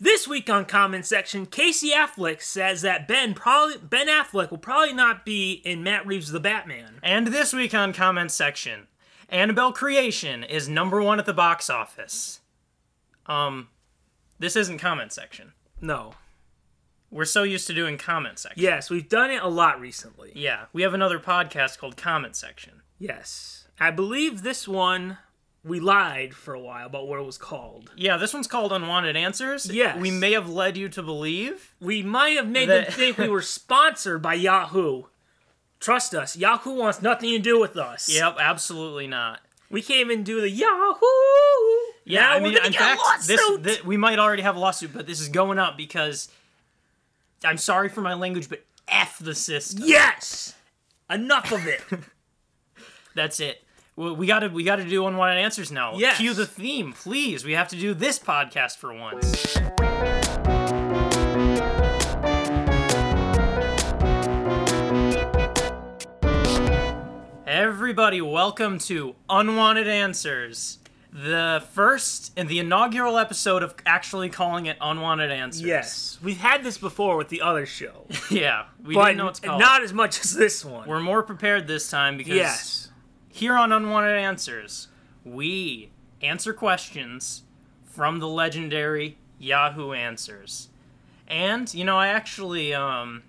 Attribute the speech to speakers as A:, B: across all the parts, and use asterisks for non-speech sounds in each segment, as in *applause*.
A: This week on comment section, Casey Affleck says that Ben probably Ben Affleck will probably not be in Matt Reeves' The Batman.
B: And this week on comments section, Annabelle Creation is number one at the box office. Um, this isn't comment section.
A: No.
B: We're so used to doing comment section.
A: Yes, we've done it a lot recently.
B: Yeah, we have another podcast called Comment Section.
A: Yes, I believe this one we lied for a while about what it was called.
B: Yeah, this one's called Unwanted Answers.
A: Yes.
B: We may have led you to believe.
A: We might have made them
B: That-
A: think we were sponsored by Yahoo. Trust us, Yahoo wants nothing to do with us.
B: Yep, absolutely not.
A: We can't even do the Yahoo.
B: Yeah,
A: Now
B: I
A: we're
B: mean,
A: gonna
B: in
A: get a
B: fact, this,
A: lawsuit!
B: thi- we might already have a lawsuit, but this is going up because I'm sorry for my language, but f the system.
A: yes, enough of it.
B: That's it. We we gotta we gotta do unwanted answers now.
A: Yes.
B: Cue the theme, please. We have to do this podcast for once. Everybody, welcome to Unwanted Answers. The first and the inaugural episode of actually calling it Unwanted Answers.
A: yes, we've had this before with the other show,
B: *laughs* Yeah. We
A: but
B: didn't know what's called.
A: not as much as this one.
B: We're more prepared this time because
A: yes,
B: Here on Unwanted Answers, we answer questions from the legendary Yahoo Answers. And, you know, I actually, um,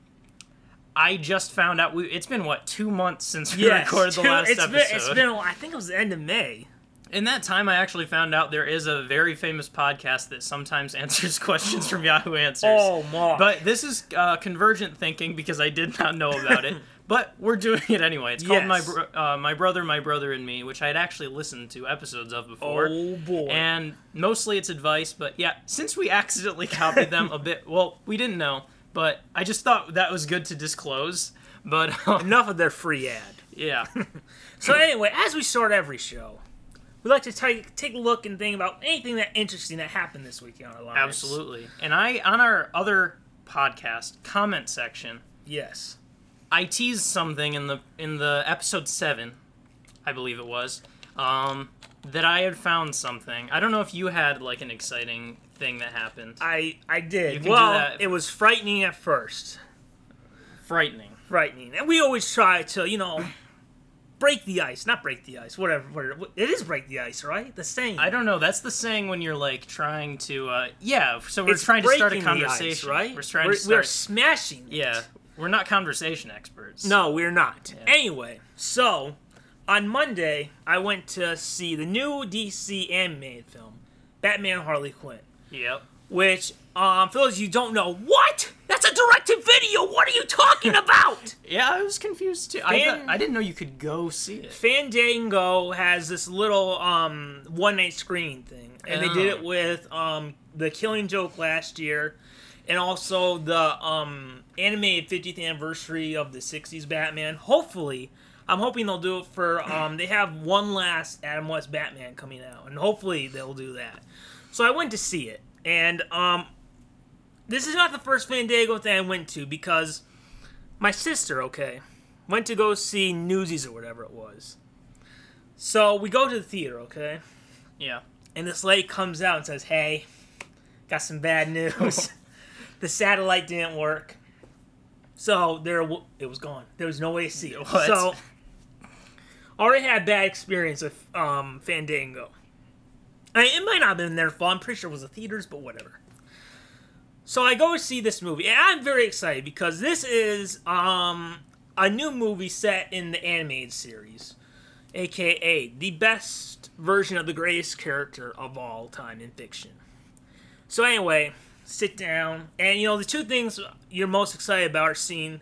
B: I just found out, we, it's been, what, two months since we
A: yes.
B: recorded the
A: dude,
B: last
A: it's
B: episode?
A: Been, it's been. a while. I think it was the end of May.
B: In that time, I actually found out there is a very famous podcast that sometimes *laughs* answers questions from Yahoo Answers.
A: Oh my!
B: But this is uh, convergent thinking because I did not know
A: *laughs*
B: about it. But we're doing it anyway. It's called my
A: Yes.
B: bro- uh, my brother, my brother and me, which I had actually listened to episodes of before.
A: oh boy!
B: And mostly it's advice, but yeah, since we accidentally copied them a bit, well, we didn't know, but I just thought that was good to disclose. But *laughs* um,
A: enough of their free ad.
B: yeah,
A: So anyway, as we start every show, we like to take take a look and think about anything that interesting that happened this week in our lives.
B: absolutely. And I on our other podcast comment section,
A: Yes.
B: I teased something in the in the episode seven, I believe it was, um, that I had found something. I don't know if you had like an exciting thing that happened.
A: I I did.
B: can do
A: well,
B: that.
A: it was frightening at first.
B: Frightening.
A: Frightening. And we always try to, you know, break the ice, not break the ice, whatever, whatever. It is break the ice, right? The same.
B: I don't know. That's the saying when you're like trying to. Uh, yeah. So we're
A: It's
B: trying to start a
A: breaking the ice,
B: conversation,
A: right?
B: We're trying
A: we're,
B: to start.
A: we're smashing. it.
B: yeah. We're not conversation experts.
A: No, we're not. Anyway, so on Monday, I went to see the new DC animated film, Batman Harley Quinn.
B: Yep.
A: Which, um, for those of you who don't know, what? That's a directed video. What are you
B: *laughs*
A: talking about?
B: Yeah, I was confused too. I,
A: Fan-
B: thought- I didn't know you could go see it.
A: Fandango has this little um one night screening thing, and they did it with um the Killing Joke last year, and also the um animated 50th anniversary of the 60s Batman. Hopefully, I'm hoping they'll do it for um they have one last Adam West Batman coming out, and hopefully they'll do that. So I went to see it, and um this is not the first Fandango thing I went to because my sister, okay, went to go see Newsies or whatever it was. So we go to the theater, okay,
B: *laughs* Yeah.
A: and this lady comes out and says, "Hey, got some bad news. the satellite didn't work, so there w- it was gone. There was no way to see it.
B: What?
A: So already had a bad experience with um, Fandango. I, it might not have been their fault. I'm pretty sure it was the theaters, but whatever. So I go see this movie, and I'm very excited because this is um, a new movie set in the animated series, aka the best version of the greatest character of all time in fiction. So anyway, sit down, and you know the two things you're most excited about are seeing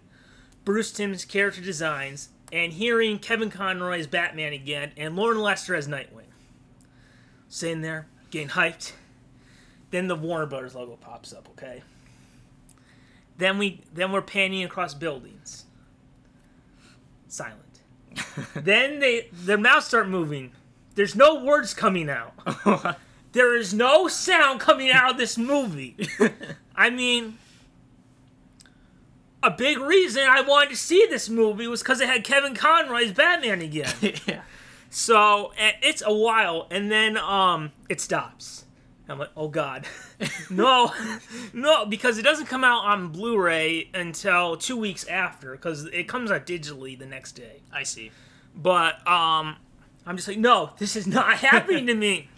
A: Bruce Timm's character designs and hearing Kevin Conroy as Batman again and Lauren Lester as Nightwing. Sitting there, getting hyped. Then the Warner Brothers logo pops up, okay? Then we then we're panning across buildings. Silent. then they their mouths start moving. There's no words coming out. there is no sound coming out of this movie. I mean, a big reason I wanted to see this movie was because it had Kevin Conroy's Batman again. *laughs* eh,
B: yeah.
A: So a- it's a while, and then um, it stops, And I'm like, oh god, no, *laughs* no, because it doesn't come out on Blu-ray until two weeks after, because it comes out digitally the next day.
B: I see.
A: But um, I'm just like, no, this is not *laughs* happening to me.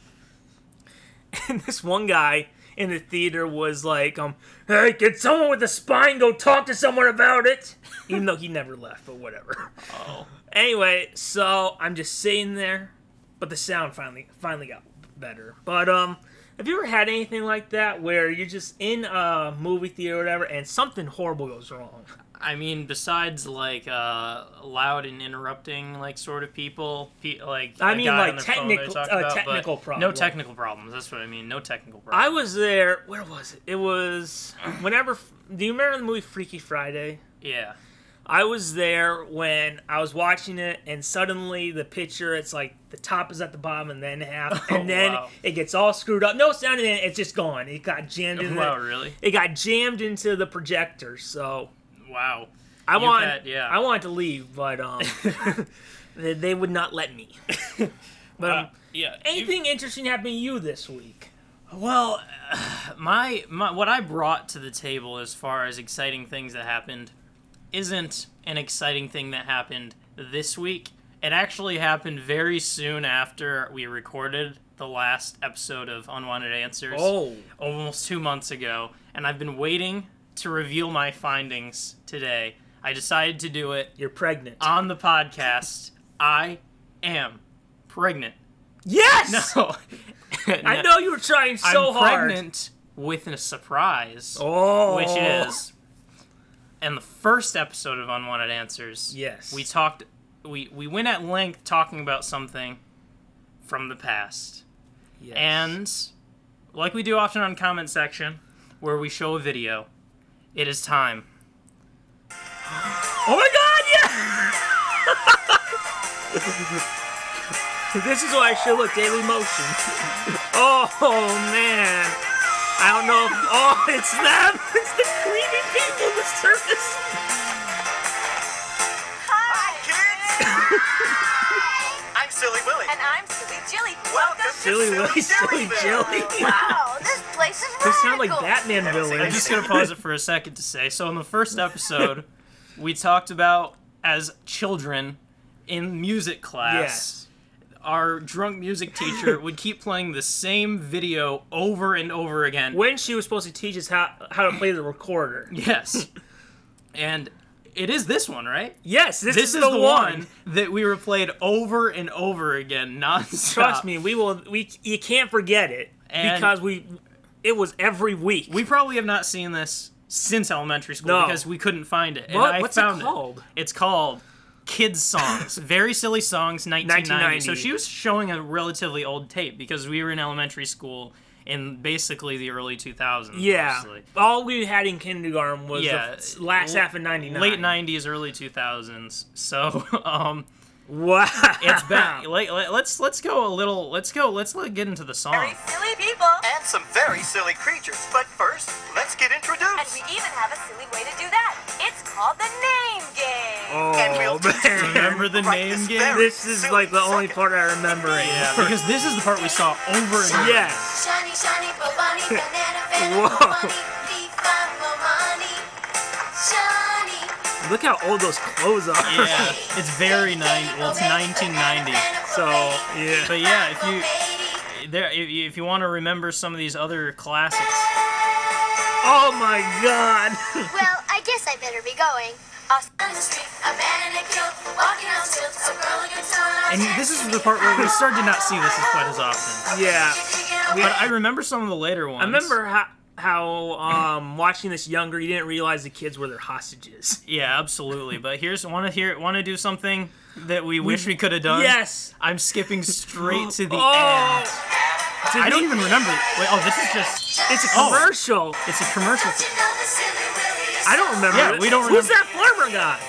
A: And this one guy in the theater was like, um, hey, can someone with a spine go talk to someone about it? *laughs* Even though he never left, but whatever.
B: Oh.
A: Anyway, so I'm just sitting there, but the sound finally finally got better. But um, have you ever had anything like that where you're just in a movie theater or whatever, and something horrible goes wrong?
B: I mean, besides like uh, loud and interrupting, like sort of people, pe- like
A: I
B: a
A: mean, like,
B: guy on their phone they
A: technical-
B: talk
A: uh,
B: about, but
A: technical
B: No
A: problem.
B: technical problems. That's what I mean. No technical problems.
A: I was there. Where was it? It was *clears throat* whenever. Do you remember the movie Freaky Friday?
B: yeah.
A: I was there when I was watching it, and suddenly the picture, it's like the top is at the bottom and then
B: *laughs*
A: half, and
B: Oh,
A: then
B: wow.
A: it gets all screwed up. No sound, and then it's just gone. It got jammed in
B: Wow.
A: the,
B: Really.
A: It got jammed into the projector, so
B: Wow.
A: I
B: You've
A: want
B: had- yeah.
A: I wanted to leave, but
B: *laughs*
A: um, they, they would not let me. but um,
B: Uh, yeah. you-
A: anything interesting happened to you this week?
B: Well, *sighs* my, my what I brought to the table as far as exciting things that happened isn't an exciting thing that happened this week. It actually happened very soon after we recorded the last episode of Unwanted Answers
A: Oh,
B: almost 2 months ago, and I've been waiting to reveal my findings today. I decided to do it
A: you're pregnant.
B: on
A: *laughs*
B: the podcast. I am pregnant. *laughs*
A: yes,
B: No.
A: I know you were trying so
B: I'm
A: hard.
B: pregnant with a surprise,
A: Oh,
B: which is in the first episode of Unwanted Answers.
A: Yes.
B: we talked. We we went at length talking about something from the past,
A: Yes.
B: and like we do often on comment section, where we show a video. It is time.
A: oh my God, yeah. this is why I should look Daily Motion. Oh man, I don't know. If, oh, it's them. *laughs* It's the creepy people in the circus.
C: Hi,
D: I'm Silly Willy.
C: and I'm Silly Jilly.
D: Welcome to
A: Silly Willy, Silly Jelly.
C: Wow, this place is
A: They sound like
C: radical.
A: Batman
D: Never seen
B: I'm
A: villains.
B: just gonna pause it for a second to say. So in the
A: *laughs*
B: first episode, we talked about as children in music class.
A: Yes.
B: our drunk
A: *laughs*
B: music teacher would keep playing the same video over and over again.
A: When she was supposed to teach us how how to play the recorder.
B: Yes. and it is this one, right?
A: Yes, this,
B: This
A: is, the, one.
B: that we were played over and over again, nonstop.
A: Trust me, we will. We you can't forget it
B: And-
A: because we. It was every week.
B: We probably have not seen this since elementary school
A: No.
B: because we couldn't find it.
A: What-
B: And I
A: what's it
B: found
A: called?
B: It's called Kids
A: *laughs*
B: Songs. Very silly songs, 1990.
A: 1990.
B: So she was showing a relatively old tape because we were in elementary school in basically the early 2000s.
A: yeah.
B: mostly.
A: All we had in kindergarten was
B: Yeah,
A: the f- last
B: l-
A: half of '99.
B: late 90s early 2000s so *laughs* um
A: Wow. *laughs*
B: it's back let, let, let's let's go a little let's go let's let, get into the song
C: Very silly people,
D: And some very silly creatures. But first, let's get
C: and
D: introduced.
C: we even have a silly way to do that. It's called the name game.
A: Oh
D: And we'll just
A: man. *laughs*
B: remember the
D: Right
B: name
D: this
B: game
D: very-
A: This is like the only part I remember.
B: yeah because this is the part we saw over and over
A: Yes.
E: Shiny, shiny,
B: *laughs*
E: Bobani, banana, banana,
A: Whoa.
E: Bobani, Diva, Momani. Shiny.
A: Look how old those clothes are.
B: yeah it's very nine well it's 1990
A: *laughs* So yeah.
B: but yeah if you there if you, if you want to remember some of these other classics
A: Oh my god. *laughs*
E: Well, I guess I better be going. On the street, a man in a kilt, walking on stilts, a girl in a guitar.
B: and this is the part where we started to not see this as quite as often
A: yeah.
B: but i remember some of the later ones
A: I remember how how um watching this younger, you didn't realize the kids were their hostages.
B: Yeah, absolutely. But here's want to hear want to do something that we wish we could have done.
A: Yes.
B: I'm skipping straight to
A: *laughs*
B: the
A: Oh.
B: end.
A: Did
B: I don't
A: they-
B: even remember. Wait, oh, this is just
A: It's a
B: Oh.
A: commercial.
B: it's a commercial.
E: Don't you know the silly Willy is
A: I don't remember.
B: Yeah,
A: it.
B: we don't
A: Who's
B: remember-
A: that farmer guy?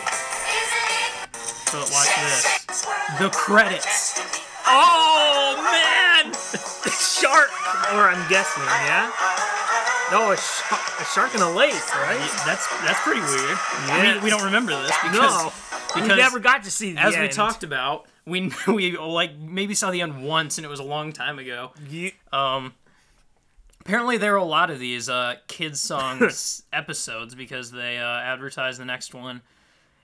E: isn't
B: But watch this.
E: it? Swirl
B: The credits.
A: Oh *laughs* man, shark. Or I'm guessing, yeah. No, a, sh- a shark in a lake,
B: Yeah,
A: right?
B: That's that's pretty weird.
A: Yes.
B: We, we don't remember this because
A: No, we
B: because
A: never got to see the
B: as we
A: end.
B: talked about, *laughs* we we like maybe saw the end once and it was a long time ago.
A: You-
B: Um Apparently, there are a lot of these uh,
A: *laughs*
B: kids songs episodes because they uh, advertise the next one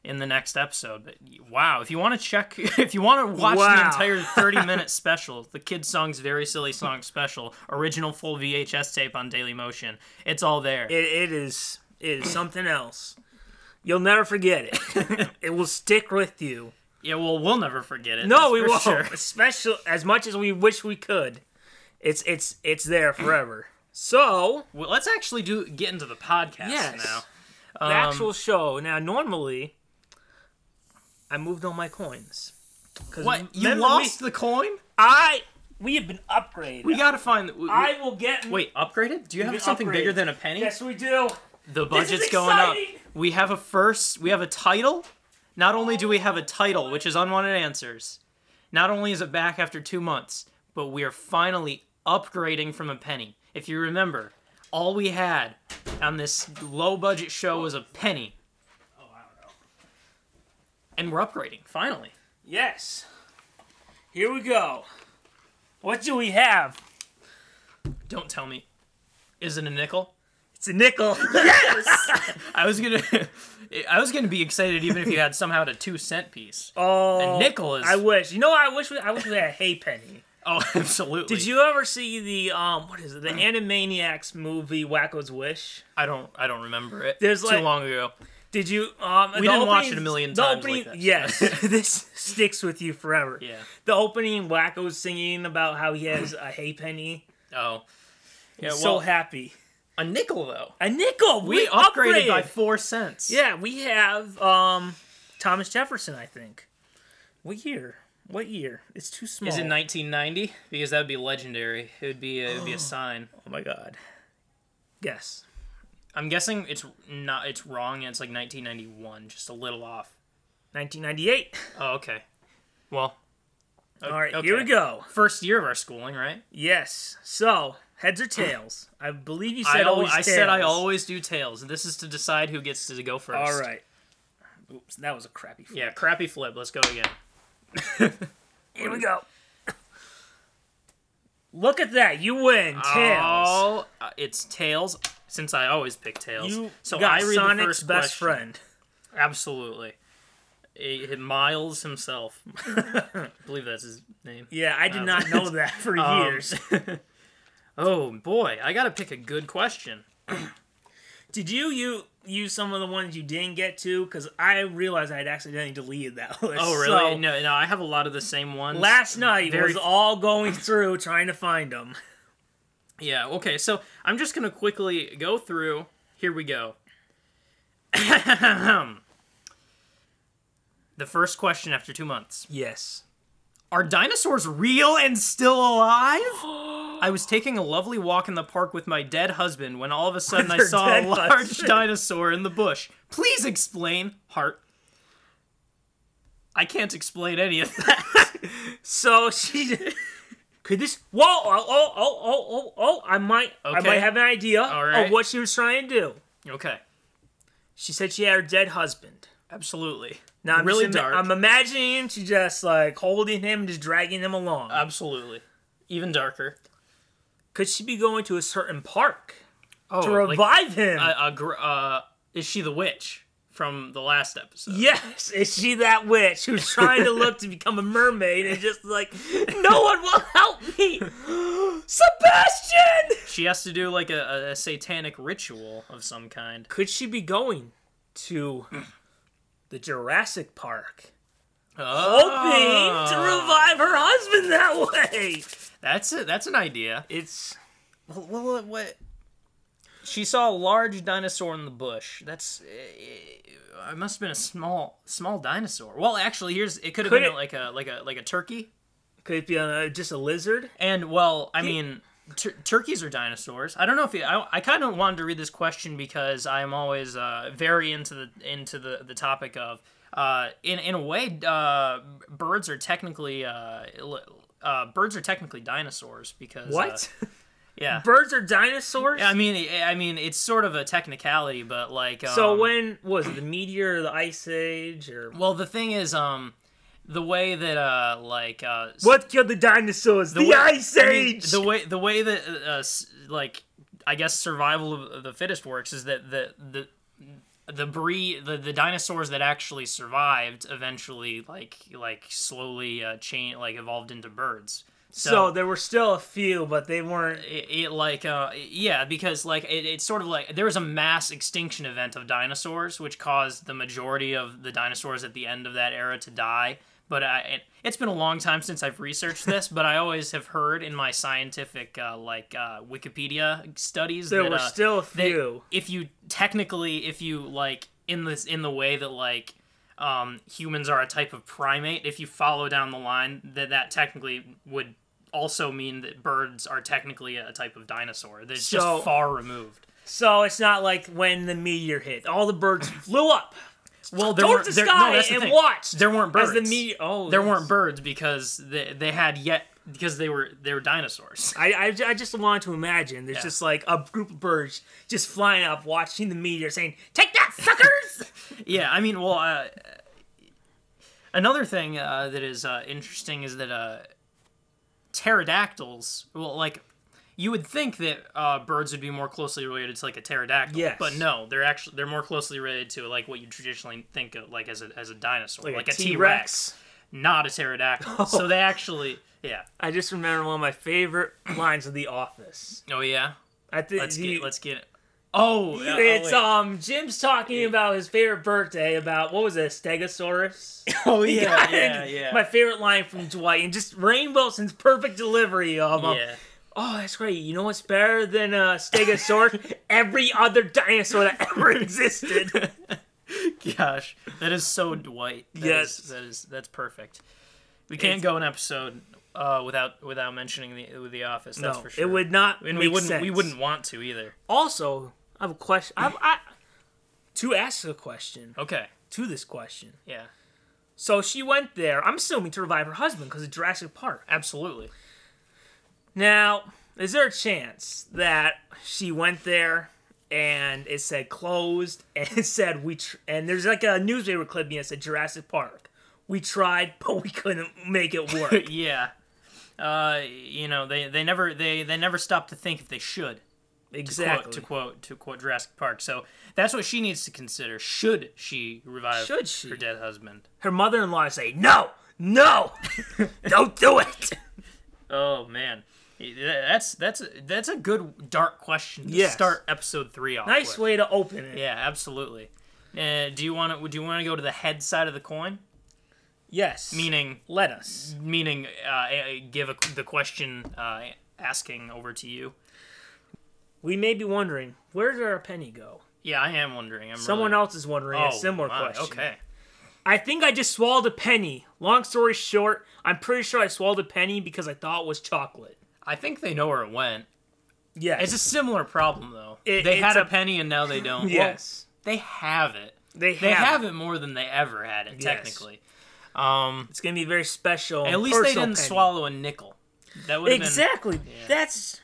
B: in the next episode. But wow, if you want to check, *laughs* if you want to watch the
A: Wow.
B: entire
A: *laughs*
B: thirty-minute special, the kids songs very silly song special, original full VHS tape on Daily Motion, it's all there.
A: It, it is it is something else. You'll never forget *laughs* it. it will stick with you.
B: yeah, well, we'll never forget it.
A: No,
B: that's
A: we
B: for
A: won't.
B: sure.
A: Especially as much as we wish we could. It's it's it's there forever. So
B: Well, let's actually do get into the podcast
A: Yes.
B: now. Um,
A: the actual show. Now normally I moved all my coins. 'Cause
B: What you
A: remember
B: lost
A: me-
B: the coin?
A: I we have been upgraded.
B: We gotta find. The,
A: I will get
B: wait, upgraded? Do you have
A: been
B: something bigger
A: upgraded.
B: than a penny?
A: Yes we do.
B: The
A: This is
B: budget's going up.
A: exciting!
B: We have a first, we have a title. Not only do we have a title, which is Unwanted Answers, not only is it back after two months, but we are finally upgrading from a penny. If you remember, all we had on this low budget show was a penny. And we're upgrading, finally.
A: Yes. Here we go. What do we have?
B: Don't tell me. Is it a nickel?
A: It's a nickel.
B: I was gonna *laughs* I was gonna be excited even if you had somehow had a two cent piece.
A: *laughs* Oh,
B: A nickel is-
A: I wish. You know, what I wish. We, I wish we had a hay penny.
B: Oh, *laughs* absolutely.
A: Did you ever see the um? What is it? The Animaniacs movie Wacko's Wish.
B: I don't. I don't remember it.
A: There's,
B: too
A: like-
B: long ago.
A: Did you um?
B: We
A: the
B: didn't watch it
A: opening-
B: a million
A: the
B: times
A: Opening,
B: like that. *laughs*
A: Yes, *laughs* this sticks with you forever.
B: Yeah.
A: The opening, Wacko's singing about how he has a hay penny.
B: Oh. Yeah. Well,
A: so happy.
B: a nickel though.
A: A nickel.
B: We,
A: We,
B: upgraded
A: upgraded
B: by four cents.
A: Yeah, we have um Thomas Jefferson. I think. What year? What year? It's too small.
B: Is it 1990? Because that would be legendary. It would be. A, it would be a sign.
A: Oh my god. Yes.
B: I'm guessing it's not. It's wrong. and It's like 1991, just a little off.
A: 1998.
B: Oh, okay. Well,
A: All right, here we
B: okay.
A: go.
B: first year of our schooling, right?
A: Yes. So, heads or tails? I believe you
B: I,
A: said
B: al-
A: always
B: I said I
A: tails.
B: always do tails, and this is to decide who gets to go first.
A: All right. Oops, that was a crappy. flip.
B: Yeah, crappy flip. Let's go again.
A: Here we go. Look at that. You win. Tails.
B: Oh, uh, it's tails. Since I always pick tails,
A: You
B: so
A: got
B: I read
A: Sonic's
B: the first
A: best
B: question.
A: friend.
B: Absolutely, Eh,
A: *laughs*
B: Miles himself. I believe that's his name.
A: Yeah, I did
B: Um,
A: not know that
B: *laughs*
A: for
B: Um,
A: years.
B: oh boy, I gotta pick a good question.
A: Did you you use some of the ones you didn't get to? Because I realized I had accidentally deleted that *laughs* list.
B: Oh really?
A: So,
B: no, no, I have a lot of the same ones.
A: Last night
B: Very-
A: was all going through trying to find them.
B: yeah. Okay, so I'm just gonna quickly go through. Here we go. *coughs* the first question after two months.
A: Yes.
B: Are dinosaurs real and
A: *gasps*
B: still alive? I was taking a lovely walk in the park with my dead husband when all of a sudden I
A: Your
B: saw a
A: dead
B: large
A: husband.
B: dinosaur in the bush. Please explain, heart. I can't explain any of
A: *laughs*
B: that.
A: So she *laughs* could this. Whoa! Oh! Oh! Oh! Oh! Oh! oh I might. I
B: Okay.
A: might have an idea
B: right.
A: of what she was trying to do.
B: okay,
A: She said she had her dead husband.
B: absolutely.
A: Now I'm
B: Really
A: just, ima-
B: dark.
A: I'm imagining him. She just like holding him, just dragging him along.
B: Uh, Absolutely. Even darker.
A: could she be going to a certain park
B: Oh,
A: to revive him?
B: uh, gr- uh, is she the witch from the last episode?
A: Yes, is she that witch
B: *laughs*
A: who's trying to look to become a mermaid and just like, no one will help
B: *laughs*
A: me? *gasps* Sebastian!
B: She has to do like a, a, a satanic ritual of some kind.
A: Could she be going to the Jurassic Park? Oh. Hoping to revive her husband that way!
B: That's it. That's an idea.
A: It's.
B: Well, well, what? She saw a large dinosaur in the bush. That's. uh, It must have been a small, small dinosaur. Well, actually, here's it could have
A: Could
B: been
A: it-
B: like a like a like a turkey.
A: Could it be uh, just a lizard?
B: And well, I mean, tur- turkeys are dinosaurs. I don't know if you, I, I kind of wanted to read this question because I'm always uh, very into the into the the topic of uh, in in a way uh, birds are technically uh, li- uh, birds are technically dinosaurs because uh,
A: What?
B: yeah.
A: Birds are dinosaurs?
B: Yeah, I mean, I- I mean, it's sort of a technicality, but like, um,
A: so when was it, the meteor, or the ice age, or
B: well, the thing is, um, the way that, uh, like, uh, s-
A: what killed the dinosaurs? The,
B: way-
A: ice
B: I mean,
A: age.
B: the way, the way that, uh, uh, s- like, I guess survival of the fittest works is that the the the breed the, the dinosaurs that actually survived eventually like like slowly uh, chain like evolved into birds.
A: So, there were still a few, but they weren't.
B: it, it like uh yeah because like it, it's sort of like there was a mass extinction event of dinosaurs which caused the majority of the dinosaurs at the end of that era to die but I, it, it's been a long time since i've
A: *laughs*
B: researched this but i always have heard in my scientific uh, like uh, wikipedia studies
A: There
B: that,
A: were
B: uh,
A: still a
B: that
A: few.
B: if you technically if you like in this in the way that like um, humans are a type of primate if you follow down the line that that technically would also mean that birds are technically a type of dinosaur that's
A: So-
B: just far removed
A: So it's not like when the meteor hit, all the birds flew up
B: well
A: there were-
B: weren't
A: there- no, that's the thing.
B: there weren't birds
A: as the meteor. Oh,
B: there
A: yes.
B: weren't birds because they, they had yet because they were they were dinosaurs
A: I, I, ju- I just want to imagine there's
B: Yeah.
A: just like a group of birds just flying up, watching the meteor, saying, "Take that, suckers!"
B: Yeah, I mean, well, uh, another thing uh, that is uh, interesting is that uh, pterodactyls, well, like, you would think that uh, birds would be more closely related to like a pterodactyl,
A: Yes.
B: but no, they're actually they're more closely related to like what you traditionally think of like as a as a dinosaur, *laughs* like, a T Rex, not a
A: *laughs*
B: pterodactyl. So they actually, yeah,
A: I just remember one of my favorite lines of The Office.
B: oh yeah,
A: I think
B: let's
A: the-
B: get let's get. Oh, yeah, oh,
A: It's
B: wait.
A: um Jim's talking about his favorite birthday about what was it, Stegosaurus?
B: oh *laughs*
A: *laughs*
B: yeah,
A: And
B: yeah, yeah.
A: My favorite line from Dwight and just Rain Wilson's perfect delivery of um,
B: yeah.
A: Oh, that's right. You know what's better than a
B: *laughs*
A: Stegosaurus? Every other dinosaur that ever existed.
B: Gosh, that is so Dwight. That is-
A: Yes.
B: that is that's perfect. We can't go an episode uh, without without mentioning the the Office. That's
A: no,
B: for sure.
A: it would not.
B: and we
A: make
B: wouldn't we
A: sense.
B: wouldn't want to either.
A: Also, I have a question. I, I to ask a question
B: Okay,
A: to this question.
B: yeah,
A: So she went there. I'm assuming to revive her husband because of Jurassic Park.
B: absolutely.
A: Now, is there a chance that she went there and it said closed *laughs* and it said we tr- and there's like a newspaper clip being said Jurassic Park. We tried, but we couldn't make it work.
B: Yeah, uh, you know they, they never they they never stop to think if they should.
A: exactly.
B: Quote, to quote to quote Jurassic Park. So that's what she needs to consider. Should she revive
A: Should she?
B: her dead husband?
A: Her mother-in-law say, "No, *laughs* no, don't do it."
B: Oh man, that's that's that's a good dark question to
A: Yes.
B: start episode three off.
A: Nice
B: with.
A: way to open it.
B: Yeah, absolutely. Uh, do you want to do you want to go to the head side of the coin?
A: Yes.
B: Meaning
A: let us.
B: meaning uh, uh, give a, the question uh, asking over to you.
A: We may be wondering, where did our penny go?
B: Yeah, I am wondering. I'm
A: Someone
B: really...
A: else is wondering a similar
B: Oh, my,
A: question.
B: Okay.
A: I think I just swallowed a penny. Long story short, I'm pretty sure I swallowed a penny because I thought it was chocolate.
B: I think they know where it went.
A: Yes.
B: It's a similar problem though.
A: It-
B: they had
A: it's
B: a,
A: a-
B: penny and now they don't.
A: *laughs*
B: Well,
A: yes.
B: they have it.
A: they have,
B: They have
A: it.
B: it more than they ever had it
A: Yes.
B: technically. Um
A: It's going to be very special.
B: At least they
A: personal
B: didn't
A: penny.
B: swallow a nickel. That would
A: Exactly. That's.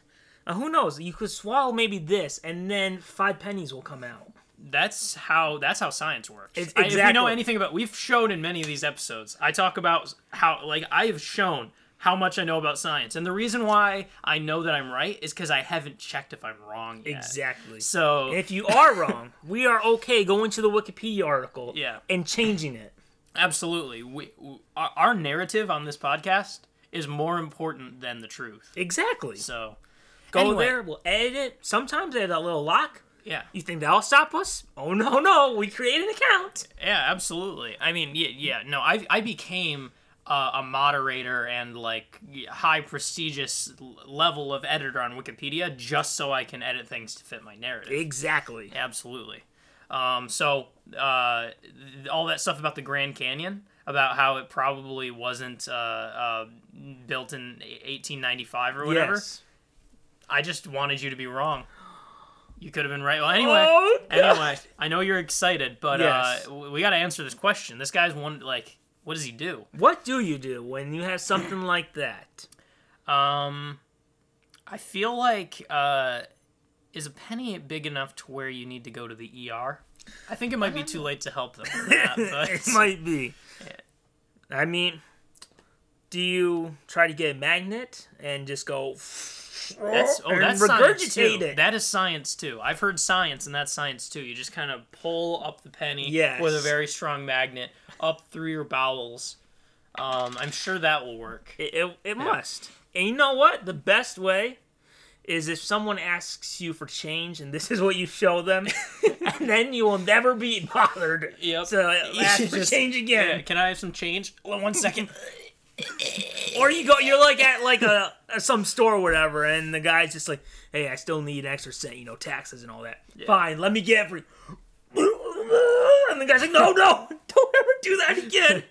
A: uh, who knows? You could swallow maybe this, and then five pennies will come out.
B: Been, that's how that's how science works.
A: It's-
B: I- if you know
A: exactly.
B: anything about, we've shown in many of these episodes. I talk about how like I have shown how much I know about science, and the reason why I know that I'm right is because I haven't checked if I'm wrong yet.
A: Exactly.
B: So
A: And if you are wrong, we are okay going to the Wikipedia article
B: Yeah.
A: and changing it.
B: absolutely, we, we our, our narrative on this podcast is more important than the truth.
A: Exactly.
B: So
A: Go
B: anyway,
A: there, we'll edit it. Sometimes they have that little lock.
B: Yeah.
A: You think that'll stop us? Oh no, no! We created an account.
B: Yeah, absolutely. I mean, yeah, yeah. No, I I became uh, a moderator and like high prestigious l- level of editor on Wikipedia just so I can edit things to fit my narrative.
A: Exactly.
B: Absolutely. Um, so uh, th- all that stuff about the Grand Canyon, about how it probably wasn't uh, uh, built in 1895 or whatever.
A: Yes.
B: I just wanted you to be wrong. You could have been right. Well, anyway,
A: Oh,
B: anyway, I know you're excited, but
A: Yes.
B: uh, w- we got to answer this question. This guy's one like, what does he do?
A: What do you do when you have something like
B: *laughs*
A: that?
B: Um, I feel like uh, is a penny big enough to where you need to go to the ER? I think it might be
A: *laughs*
B: too Uh, late to help them. With that,
A: it
B: but
A: might be. I mean, Do you try to get a magnet and just go?
B: *laughs* That's oh,
A: and
B: that's science too.
A: regurgitate it?
B: That is science too. I've heard science, and that's science too. You just kind of pull up the penny
A: Yes.
B: with a very strong magnet up through your bowels. Um, I'm sure that will work.
A: It, it, it must. And you know what? The best way is if someone asks you for change and this *laughs* is what you show
B: *laughs*
A: them, and then you will never be bothered
B: Yep.
A: to ask
B: *laughs* You
A: for
B: just-
A: change
B: Yeah,
A: again.
B: can I have some change? Hold on
A: *laughs*
B: One second.
A: Or you go, you're like at like a some store or whatever, and the guy's just like, "Hey, I still need an extra cent, you know, taxes and all that." Fine, let me get every. *laughs* And the guy's like, "No, no, *laughs* don't ever do that
B: *laughs*
A: again."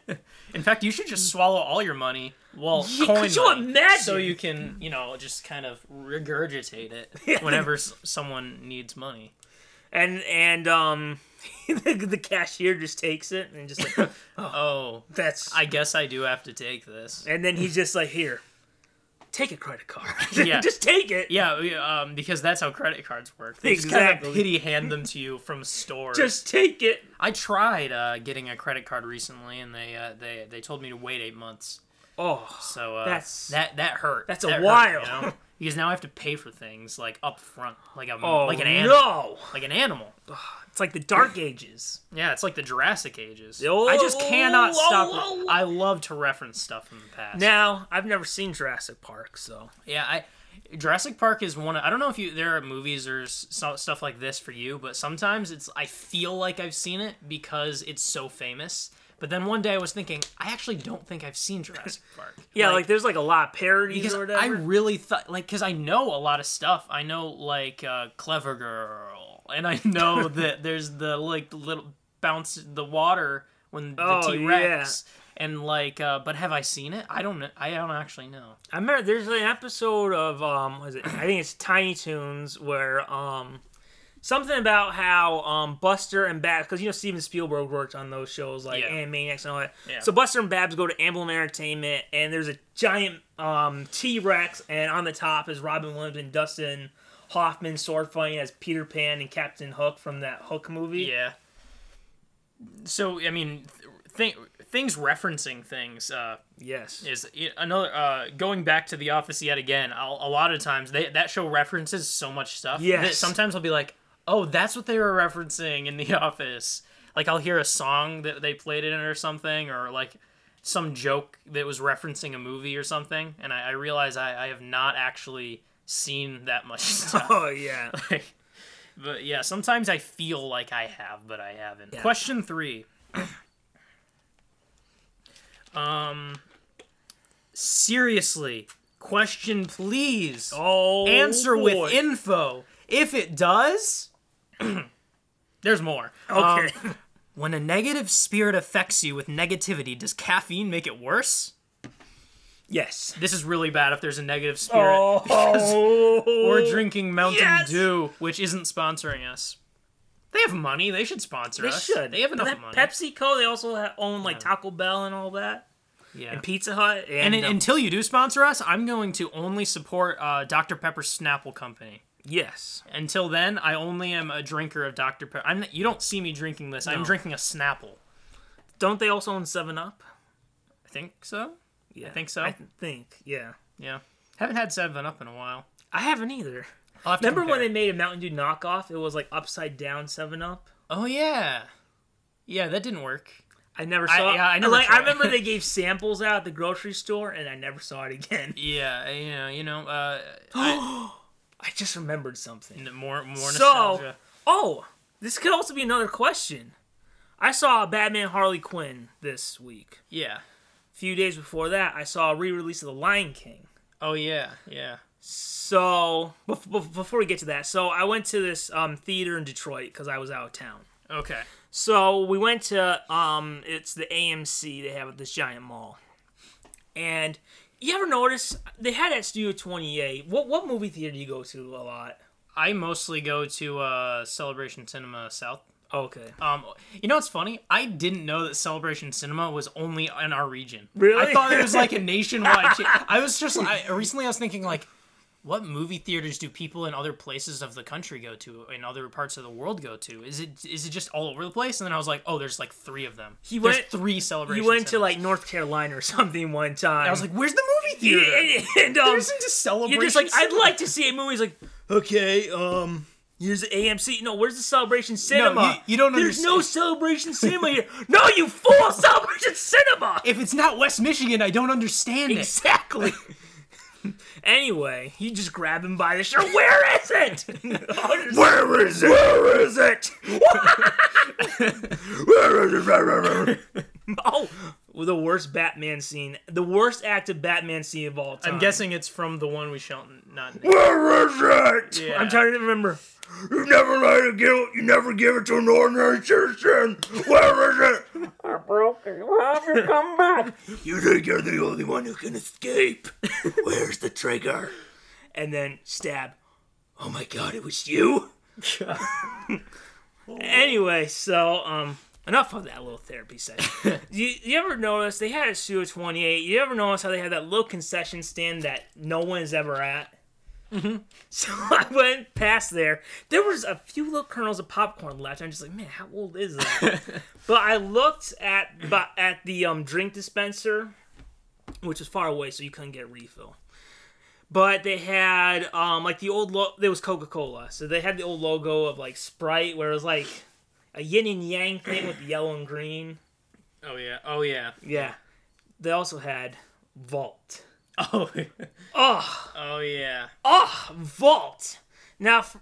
B: In fact, you should just swallow all your money. Well,
A: Yeah,
B: coin
A: could you
B: money,
A: imagine?
B: So you can, you know, just kind of regurgitate
A: *laughs*
B: it whenever s- someone needs money.
A: And and um, *laughs* the, the cashier just takes it and just
B: *laughs*
A: like,
B: Oh,
A: "That's
B: I guess I do have to take this.
A: And then he's just like, here, take a credit *laughs* card.
B: Yeah.
A: just take it.
B: Yeah, we- um, because that's how credit cards work. They just kind
A: Exactly.
B: of pity hand them to you from stores.
A: Just take it.
B: I tried uh, getting a credit card recently, and they uh, they they told me to wait eight months.
A: Oh,
B: So uh,
A: That's-
B: that that hurt.
A: that's a
B: That hurt,
A: while. *laughs*
B: you know? because now I have to pay for things like up front, like a
A: oh
B: like an animal,
A: no.
B: like an animal.
A: It's like the Dark Ages.
B: Yeah, it's like the Jurassic Ages.
A: Oh,
B: I just cannot
A: oh,
B: stop.
A: oh, oh.
B: I love to reference stuff from the past.
A: Now, I've never seen Jurassic Park, so.
B: Yeah, I Jurassic Park is one. Of, I don't know if you there are movies or s- so, stuff like this for you, but sometimes it's I feel like I've seen it because it's so famous. But then one day I was thinking, I actually don't think I've seen Jurassic *laughs* Park.
A: Yeah, like, there's like a lot of parodies
B: because
A: or
B: I
A: whatever.
B: really thought like because I know a lot of stuff. I know like uh, Clever Girl, and I
A: *laughs*
B: *laughs* know that there's the like the little bounce the water when the
A: Oh,
B: T Rex. And like, uh, but have I seen it? I don't. kn- I don't actually know.
A: I remember there's an episode of um was it I think it's Tiny Toons where um something about how um Buster and Babs because you know Steven Spielberg worked on those shows like
B: Yeah.
A: Animaniacs and all that.
B: Yeah.
A: So Buster and Babs go to Emblem Entertainment and there's a giant um T Rex and on the top is Robin Williams and Dustin Hoffman sword fighting as Peter Pan and Captain Hook from that Hook movie.
B: Yeah. So I mean, th- thi- things referencing things uh,
A: Yes.
B: is i- another. Uh, going back to The Office yet again, I'll, a lot of times they, that show references so much stuff. That
A: Yes.
B: sometimes I'll be like, oh, that's what they were referencing in The *laughs* Office. Like I'll hear a song that they played in it or something, or like some joke that was referencing a movie or something, and I, I realize I, I have not actually seen that much *laughs* stuff.
A: Oh
B: *laughs*
A: yeah.
B: Like, but yeah, sometimes I feel like I have, but I haven't. Question three. um, seriously, question please.
A: Oh.
B: Answer
A: boy.
B: with info. If it does, *clears throat* there's more. Um,
A: Okay.
B: when a negative spirit affects you with negativity, does caffeine make it worse?
A: yes.
B: This is really bad if there's a negative spirit. *laughs*
A: Oh.
B: We're drinking Mountain
A: Yes!
B: Dew, which isn't sponsoring us. They have money. They should sponsor
A: They
B: us.
A: should.
B: They have enough
A: that
B: money.
A: PepsiCo. They also ha- own like Taco Bell and all that,
B: yeah.
A: and Pizza Hut, and,
B: and in-
A: um,
B: until you do sponsor us, I'm going to only support uh, Dr. Pepper's Snapple Company.
A: yes,
B: Until then, I only am a drinker of Dr. Pepper. I'm you don't see me drinking this. I'm
A: No.
B: drinking a Snapple.
A: don't they also own Seven Up?
B: I think so.
A: Yeah,
B: think so.
A: I think yeah.
B: Yeah. Haven't had Seven Up in a while.
A: I haven't either.
B: I'll have to
A: Remember when
B: compare.
A: they made a Mountain Dew knockoff? It was like upside down Seven Up.
B: Oh yeah. Yeah, that didn't work.
A: I never
B: I-
A: saw. it.
B: yeah, I never
A: like,
B: tried.
A: I remember they *laughs* gave samples out at the grocery store, and I never saw it again.
B: Yeah, you know, you know, uh,
A: *gasps* I just remembered something.
B: more, more
A: So-
B: nostalgia.
A: Oh, this could also be another question. I saw Batman Harley Quinn this week.
B: Yeah.
A: A few days before that, I saw a re-release of The Lion King.
B: Oh yeah, yeah.
A: So bef- bef- before we get to that, so I went to this um, theater in Detroit because I was out of town.
B: Okay.
A: So we went to um, it's the AMC they have at this giant mall, and you ever notice they had at Studio Twenty Eight. What what movie theater do you go to a lot?
B: I mostly go to uh, Celebration Cinema South.
A: Okay,
B: Um, you know what's funny? I didn't know that Celebration Cinema was only in our region.
A: Really? *laughs*
B: I thought it was like a nationwide. cha- I was just I, recently I was thinking like, what movie theaters do people in other places of the country go to, in other parts of the world go to? Is it is it just all over the place? And then I was like, oh, there's like three of them.
A: He
B: there's
A: went-
B: three celebrations.
A: You went to like North Carolina or something one time.
B: I was like, where's the movie theater?
A: Yeah, *laughs* and, um,
B: There's into celebration.
A: you're just like, I'd like to see a movie. He's like, okay, um, here's the AMC. No, where's the Celebration Cinema?
B: you- you don't
A: There's no
B: understand. *laughs*
A: Celebration Cinema here. No, you fool! Celebration Cinema.
B: If it's not West Michigan, I don't understand it.
A: exactly. *laughs* anyway, you just grab him by the shirt. Where is
B: *laughs*
A: it? Where is it? Where is *laughs* it? Where is
B: *laughs*
A: it? oh, well, the worst Batman scene. The worst acted Batman scene of all time.
B: I'm guessing it's from the one we shall not. name.
A: Where is it?
B: Yeah.
A: I'm trying to remember.
F: You never let it go. You never give it to an ordinary citizen. Where is it? *laughs* You think you're the only one who can
A: *laughs*
F: escape? Where's the trigger?
A: And then stab.
F: Oh my god, it was you?
A: *laughs* Anyway, so um, enough of that little therapy session. you, you ever notice they had a Studio 28? You ever notice how they had that little concession stand that no one is ever at? Mm-hmm. So *laughs* I went past there. There was a few little kernels of popcorn left. I'm just like, man, how old is that? but I looked at but at the um drink dispenser, which was far away, so you couldn't get a refill. But they had um like the old lo- there was Coca Cola, so they had the old logo of like Sprite, where it was like a yin and yang thing with yellow and green.
B: Oh yeah. Oh yeah. *laughs*
A: Yeah, they also had Vault.
B: Oh.
A: Oh,
B: oh yeah.
A: oh, Vault. Now f-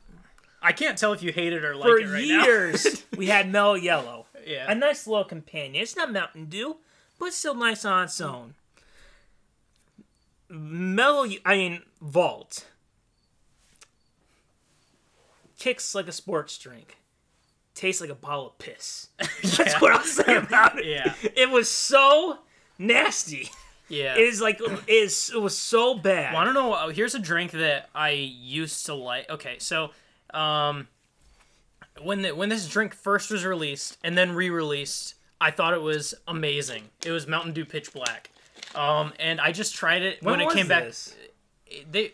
B: I can't tell if you hate it or like
A: for
B: it right now.
A: years we had Mellow Yellow,
B: yeah.
A: a nice little companion. It's not Mountain Dew, but it's still nice on its own. Mellow, I mean Vault, kicks like a sports drink, tastes like a bottle of
B: *laughs*
A: piss. That's what I'll say about it.
B: Yeah.
A: It was so nasty.
B: *laughs* Yeah.
A: It is like it is it was so bad.
B: I don't know. uh, Here's a drink that I used to like. Okay, so um, when the, when this drink first was released and then re-released, I thought it was amazing. It was Mountain Dew Pitch Black, um, and I just tried it when, it
A: was
B: came
A: this?
B: back. They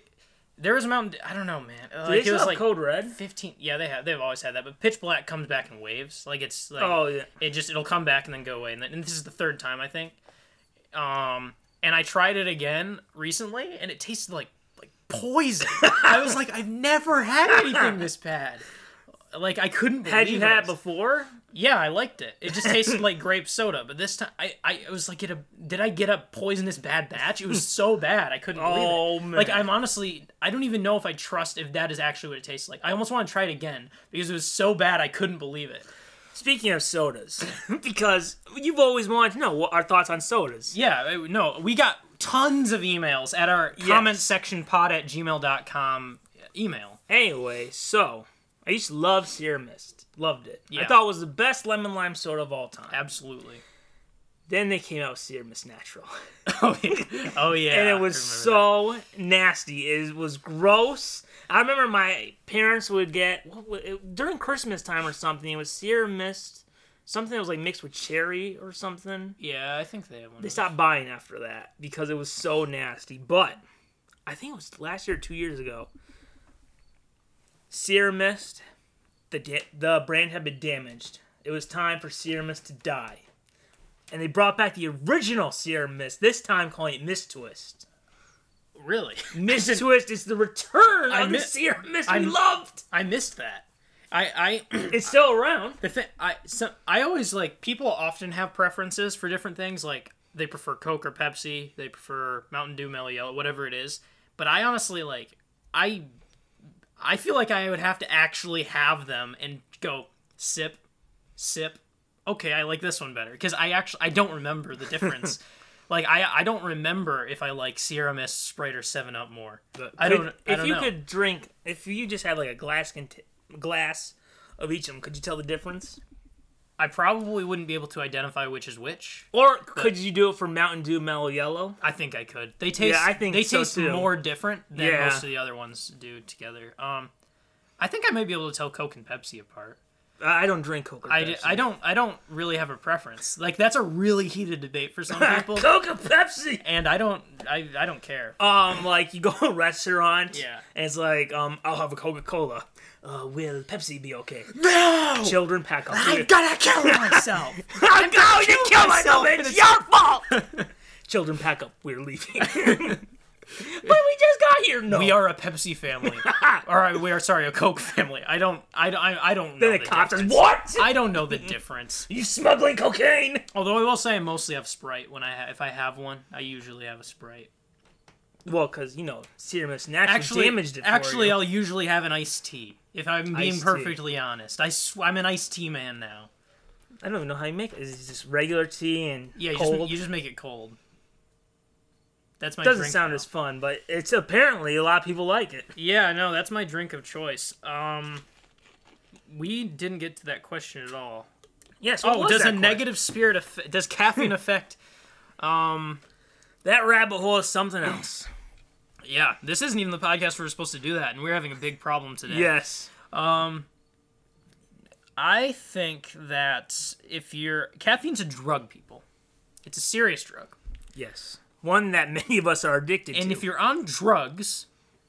B: there was a Mountain. Dew- I don't know, man. Uh,
A: They
B: Like, it
A: still
B: was
A: have
B: like
A: Code Red.
B: 15 yeah they have they've always had that but pitch black comes back in waves like it's like
A: Oh, yeah.
B: it just it'll come back and then go away and, then, and this is the third time i think um and i tried it again recently and it tasted like like
A: *laughs*
B: poison i was like i've never had anything this bad like i couldn't believe
A: Had you
B: it.
A: had it before?
B: yeah i liked it it just
A: *laughs*
B: tasted like grape soda but this time i i it was like it a, did i get a poisonous bad batch it was so bad i couldn't believe it
A: Oh, man.
B: like i'm honestly i don't even know if i trust if that is actually what it tastes like i almost want to try it again because it was so bad i couldn't believe it
A: Speaking of sodas, *laughs* because you've always wanted to know what our thoughts on sodas.
B: yeah I- no we got tons of emails at our comment section pod at gmail.com email
A: Anyway, so I used to love Sear Mist. Loved it. I
B: Yeah.
A: thought it was the best lemon lime soda of all time. *laughs*
B: absolutely
A: Then they came out with Sear Mist Natural. *laughs*
B: oh yeah, oh, yeah.
A: and
B: I
A: it was so
B: remember
A: nasty. It was gross. I remember my parents would get what, wa- it, during Christmas time or something. It was Sierra Mist, something that was like mixed with cherry or something.
B: that. yeah i think they have one
A: They stopped buying after that because it was so nasty. But I think it was last year, or two years ago. Sierra Mist, the da- the brand had been damaged. It was time for Sierra Mist to die, and they brought back the original Sierra Mist. This time, calling it Mist Twist.
B: really *laughs*
A: Mist Twist is the return
B: I
A: of
B: mi-
A: the Sierra Mist
B: I
A: we
B: mi-
A: loved.
B: i missed that i i
A: It's still around.
B: The thing I so I always like people often have preferences for different things. Like they prefer Coke or Pepsi, they prefer Mountain Dew, Mellow Yellow, whatever it is. But I honestly like I I feel like I would have to actually have them and go sip, sip. Okay, I like this one better because I actually I don't remember
A: *laughs*
B: the difference. like I I don't remember if I like Sierra Mist, Sprite, or Seven Up more. I don't.
A: If
B: I don't
A: you
B: know.
A: could drink, if you just had like a glass cont- glass of each of them, could you tell the difference?
B: I probably wouldn't be able to identify which is which.
A: Or could you do it for Mountain Dew Mellow Yellow?
B: I think I could. They taste.
A: I think
B: they
A: so,
B: taste
A: too.
B: more different than
A: Yeah.
B: most of the other ones do together. Um, I think I might be able to tell Coke and Pepsi apart.
A: I I don't drink Coca.
B: I, d-
A: Pepsi. *laughs*
B: I don't I don't really have a preference. Like that's a really heated debate for
A: *laughs*
B: some people,
A: Coca Pepsi.
B: and I don't I, I don't care.
A: Um, like you go to a restaurant.
B: Yeah.
A: And it's like, um, I'll have a Coca Cola. Uh, will Pepsi be okay?
B: No,
A: Children pack up. *laughs*
B: I gotta kill myself.
A: I'm going to kill myself.
B: myself.
A: It's *laughs* your fault. Children pack up. We're
B: *laughs*
A: leaving. but we just got here. No.
B: we are a Pepsi
A: *laughs*
B: family. All right, we are sorry a Coke family. I don't I don't I, I don't know
A: Then the cop says,
B: difference.
A: "What?
B: I don't
A: *laughs*
B: know the difference.
A: you smuggling cocaine?"
B: Although I will say I mostly have Sprite when I ha- if I have one, I usually have a Sprite.
A: Well, because you know, serious natural
B: Actually,
A: damaged it. for
B: actually,
A: you.
B: I'll usually have an iced tea. If I'm being
A: Iced tea.
B: perfectly honest, I sw- I'm an iced tea man now.
A: I don't even know how you make it. Is it just regular tea and
B: Yeah, you
A: cold?
B: just, you just make it cold. That's my
A: Doesn't
B: drink
A: sound
B: now.
A: as fun, but it's apparently a lot of people like it.
B: Yeah, no, that's my drink of choice. Um, we didn't get to that question at all.
A: Yes. what
B: Oh,
A: was
B: does
A: that
B: a
A: question?
B: negative spirit affect? Does caffeine affect? Um,
A: that rabbit hole is something
B: *clears throat*
A: else?
B: yeah, this isn't even the podcast where we're supposed to do that, and we're having a big problem today.
A: yes.
B: I think that if you're caffeine's a drug, people, it's a serious drug.
A: Yes. One that many of us are addicted
B: and
A: to.
B: if you're on drugs,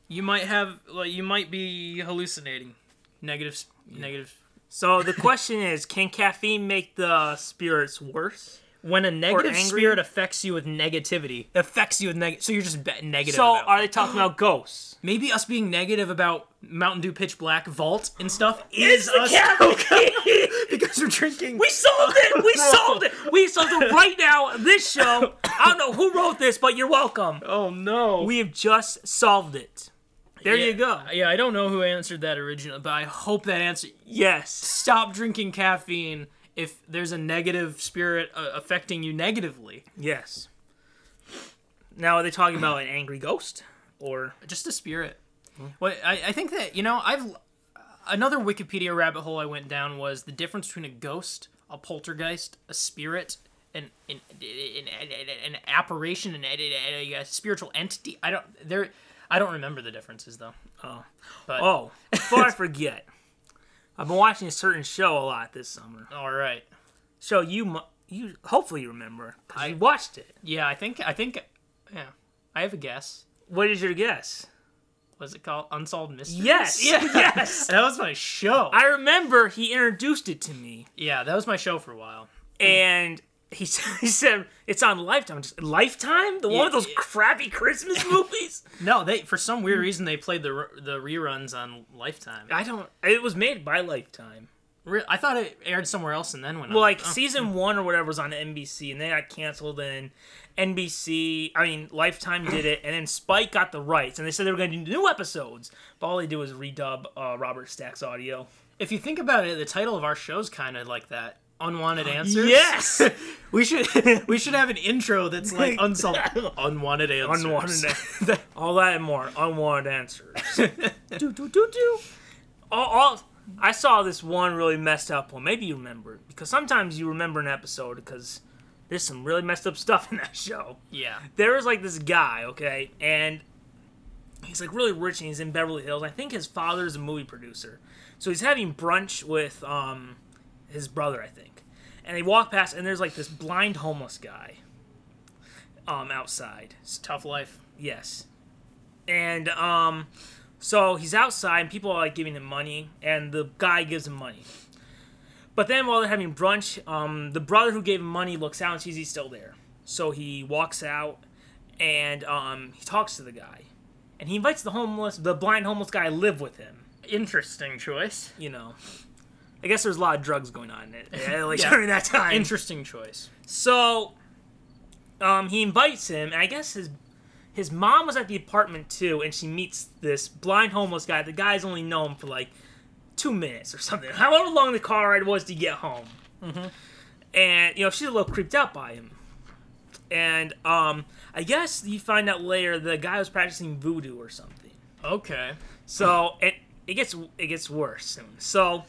B: you might have like you might be hallucinating. Negative, s- negative.
A: so the question *laughs* is, can caffeine make the spirits worse?
B: When a negative
A: angry?
B: spirit affects you with negativity, affects you with negative. So you're just be- negative.
A: So
B: about
A: are
B: it.
A: they talking about ghosts?
B: maybe us being negative about Mountain Dew Pitch Black Vault and stuff *gasps* is
A: the *laughs*
B: us
A: caffeine!
B: *laughs* because we're drinking.
A: We solved it! *laughs* We solved it! We solved it right now. This show, I don't know who wrote this, but you're
B: *laughs*
A: welcome.
B: oh no.
A: We have just solved it. There you go.
B: Yeah, I don't know who answered that originally, but I hope that answer.
A: Yes.
B: Stop drinking caffeine if there's a negative spirit uh, affecting you negatively.
A: Yes. Now are they talking about an angry ghost? Or
B: just a spirit. Well, I, I think that you know I've another Wikipedia rabbit hole I went down was the difference between a ghost, a poltergeist, a spirit, and an, an, an, an apparition, and a, a spiritual entity. I don't there. I don't remember the differences though.
A: Oh, before I forget, I've been watching a certain show a lot this summer.
B: All right.
A: So you mu- you hopefully you remember 'cause you watched it.
B: Yeah, I think I think yeah. I have a guess.
A: What is your guess?
B: Was it called Unsolved Mysteries?
A: Yes,
B: *laughs* Yeah.
A: *laughs* yes.
B: That was my show.
A: I remember he introduced it to me,
B: yeah, that was my show for a while.
A: and he said, *laughs* he said it's on Lifetime. I'm Just, Lifetime, the one with those
B: Yeah.
A: crappy Christmas *laughs* movies.
B: No, they for some weird reason they played the re- the reruns on Lifetime.
A: I don't. It was made by Lifetime.
B: Re- I thought it aired somewhere else and then went
A: Well,
B: on.
A: like
B: Oh.
A: season one or whatever was on NBC, and then got canceled. And NBC, I mean Lifetime did it, and then Spike got the rights, and they said they were going to do new episodes. But all they did was redub uh, Robert Stack's audio.
B: if you think about it, the title of our show's kind of like that. *gasps* Unwanted answers.
A: *laughs* Yes,
B: we should *laughs* we should have an intro *laughs* that's like unsolved. Unwanted answers.
A: unwanted,
B: *laughs*
A: an- all that and more. Unwanted answers. *laughs* do do do do. All, all I saw this one really messed up one. Maybe you remember it, because sometimes you remember an episode because there's some really messed up stuff in that show.
B: yeah.
A: there was like this guy, okay, and he's like really rich and he's in Beverly Hills. I think his father's a movie producer. So he's having brunch with um his brother, I think. And they walk past and there's like this blind homeless guy um outside. S-
B: Tough life.
A: Yes. And um so he's outside and people are like giving him money and the guy gives him money. But then while they're having brunch, um the brother who gave him money looks out and sees he's still there. So he walks out and um he talks to the guy. And he invites the homeless the blind homeless guy to live with him,
B: Interesting choice.
A: you know. I guess there's a lot of drugs going on at- at, like
B: Yeah.
A: during that time.
B: Interesting choice.
A: So, um, he invites him, and I guess his his mom was at the apartment too, and she meets this blind homeless guy. The guy's only known for like two minutes or something, *laughs* however long the car ride was to get home. And you know she's a little creeped out by him. And um, I guess you find out later the guy was practicing voodoo or something.
B: Okay.
A: So it it gets it gets worse soon. So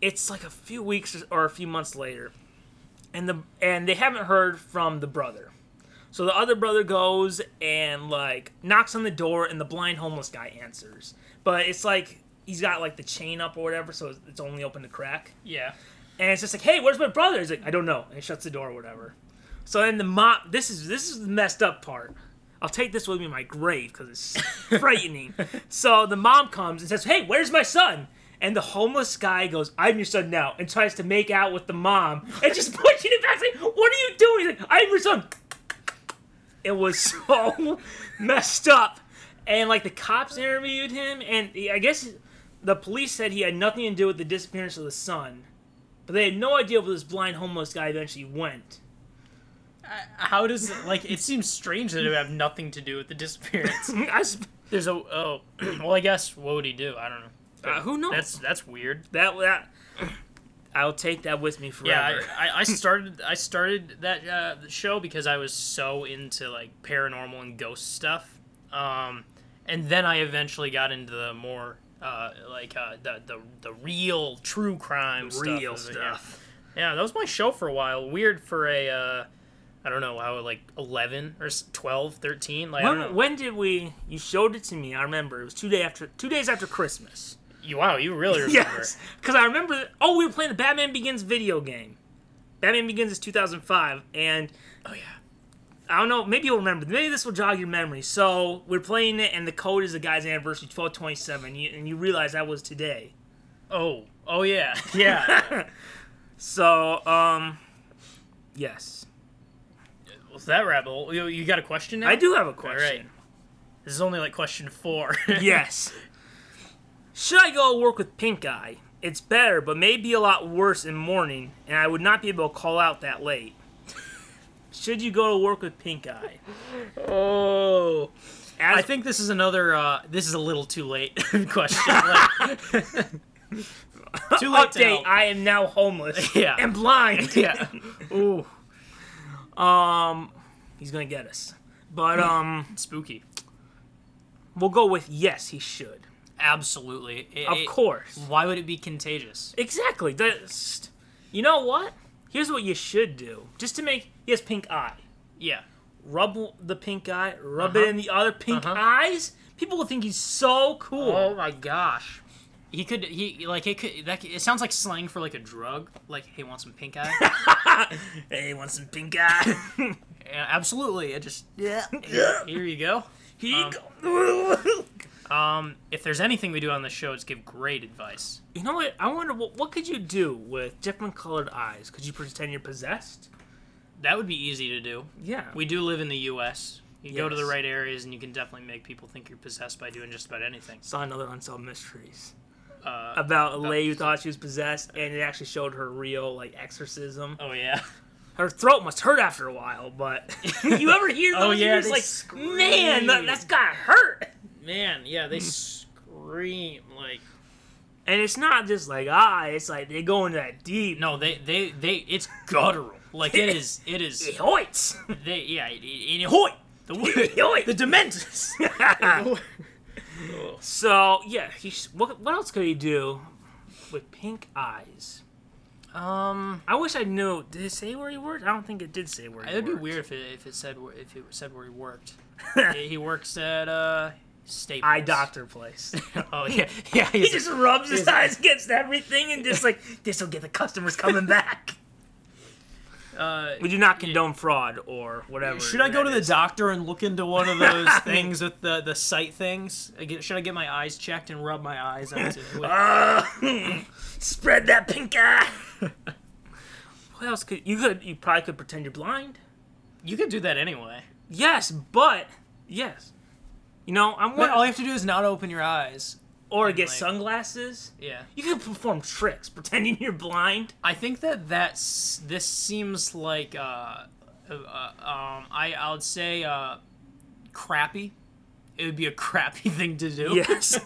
A: it's like a few weeks or a few months later, and the and they haven't heard from the brother. So the other brother goes and like knocks on the door, and the blind homeless guy answers. But it's like he's got like the chain up or whatever, so it's- it's only open to crack.
B: Yeah.
A: And it's just like, hey, where's my brother? He's like, I don't know. And he shuts the door or whatever. So then the mop. This is this is the messed up part. I'll take this with me in my grave because it's frightening. So the mom comes and says, hey, where's my son? And the homeless guy goes, I'm your son now, and tries to make out with the mom and just *laughs* pushing it back. Like, what are you doing? He's like, I'm your son. It was *laughs* so messed up. And like the cops interviewed him, and he- I guess the police said he had nothing to do with the disappearance of the son. But they had no idea where this blind homeless guy eventually
B: *laughs*
A: went.
B: How does it, like it seems strange that it would have nothing to do with the *laughs* disappearance?
A: I sp-
B: There's a oh *clears throat* well I guess what would he do? I don't know.
A: uh, who knows?
B: That's that's weird.
A: that that. I'll take that with me forever.
B: Yeah, I,
A: *laughs*
B: I, I started I started that uh, show because I was so into like paranormal and ghost stuff, um, and then I eventually got into the more uh, like uh, the, the the real true crime stuff
A: Real
B: of it, yeah.
A: stuff.
B: Yeah, that was my show for a while. Weird for a uh, I don't know how like eleven or s- 12, 13. Like I don't
A: When,
B: know.
A: when did we? You showed it to me. I remember it was two day after two days after
B: *laughs*
A: Christmas.
B: You- wow, you really remember.
A: *laughs* Yes, because I remember. Oh, we were playing the Batman Begins video game. Batman Begins is 2005, and
B: Oh yeah.
A: I don't know. Maybe you'll remember. Maybe this will jog your memory. So we're playing it, and the code is the guy's anniversary, 1227, you- and you realize that was today.
B: Oh
A: *laughs*
B: oh yeah yeah.
A: So, um, yes,
B: well, that rebel, you, you got a question now?
A: I do have a
B: All
A: question.
B: right. This is only like question four. *laughs*
A: Yes, should I go work with Pink Eye? It's better, but may be a lot worse in morning, and I would not be able to call out that late. Should you go to work with Pink Eye?
B: Oh.
A: As,
B: I think this is another. Uh, this is a little too late *laughs* question. Like, too late. To
A: update.
B: help.
A: I am now
B: *laughs*
A: homeless. *laughs*
B: Yeah.
A: and blind. Um,
B: yeah. *laughs* Ooh,
A: he's gonna get us. But
B: Hmm.
A: um,
B: spooky.
A: we'll go with yes, he should.
B: Absolutely. It-
A: Of
B: it-
A: course.
B: Why would it be contagious?
A: Exactly. That's, you know what? Here's what you should do. Just to make he has pink eye.
B: Yeah.
A: Rub the pink eye. Rub it
B: Uh-huh.
A: in the other pink
B: Uh-huh.
A: eyes. People will think he's so cool.
B: Oh my gosh. He could. He like it could. That could- it sounds like slang for like a drug. Like hey, want some pink *laughs* eye? yeah,
A: *laughs* Hey, want some pink eye?
B: absolutely. It just.
A: *laughs*
B: *laughs* Yeah. Um. Here you go.
A: he go- *laughs*
B: Um, if there's anything we do on the show, it's give great advice.
A: you know what? I wonder what what could you do with different colored eyes? Could you pretend you're possessed?
B: That would be easy to do.
A: Yeah.
B: We do live in the U.S. You go to the
A: Yes.
B: right areas, and you can definitely make people think you're possessed by doing just about anything.
A: saw another unsolved mysteries
B: Uh,
A: about a lady who thought she was possessed, and it actually showed her real like exorcism.
B: Oh yeah, *laughs*
A: her throat must hurt after a while, but *laughs* you ever hear those?
B: *laughs* Oh, yeah,
A: you're just
B: they
A: like
B: scream.
A: man, that, that's gotta hurt.
B: man. Yeah, they scream like
A: And it's not just like ah, it's like they go into that deep. *laughs*
B: no. They they they. It's guttural. Like it is. It is.
A: it hurts.
B: *laughs* They yeah. It, it, it, *laughs* hoi! The
A: Hoi!
B: word. the dementors. *laughs*
A: so yeah, he sh- what, what else could he do with pink eyes?
B: um,
A: I wish I knew. Did it say where he worked? I don't think it did say where. he
B: it would be
A: worked.
B: weird if it if it said where- if it said where he *laughs* worked. he, he works at uh Staples.
A: Eye doctor
B: *laughs*
A: place. *laughs*
B: Oh yeah, yeah.
A: He just
B: *laughs*
A: rubs his eyes against everything and just like this will get the customers coming back.
B: uh,
A: We do not condone fraud or whatever.
B: Should I go
A: that
B: to the
A: is.
B: doctor and look into one of those *laughs* things with the, the sight things? I get- Should I get my eyes checked and rub my eyes out? To, *laughs* with,
A: Uh, *laughs* spread that pink
B: *laughs*
A: eye. what else could you could you probably could pretend you're blind?
B: you could do that anyway.
A: Yes, but yes. You know, I'm
B: But all
A: one
B: you have to do is not open your eyes.
A: or get
B: like-
A: sunglasses.
B: Yeah.
A: You could perform tricks pretending you're
B: *laughs*
A: blind.
B: I think that that's this seems like uh, uh, uh, um, I I would say uh, crappy. It would be a *laughs* crappy thing to do. *laughs*
A: Yes.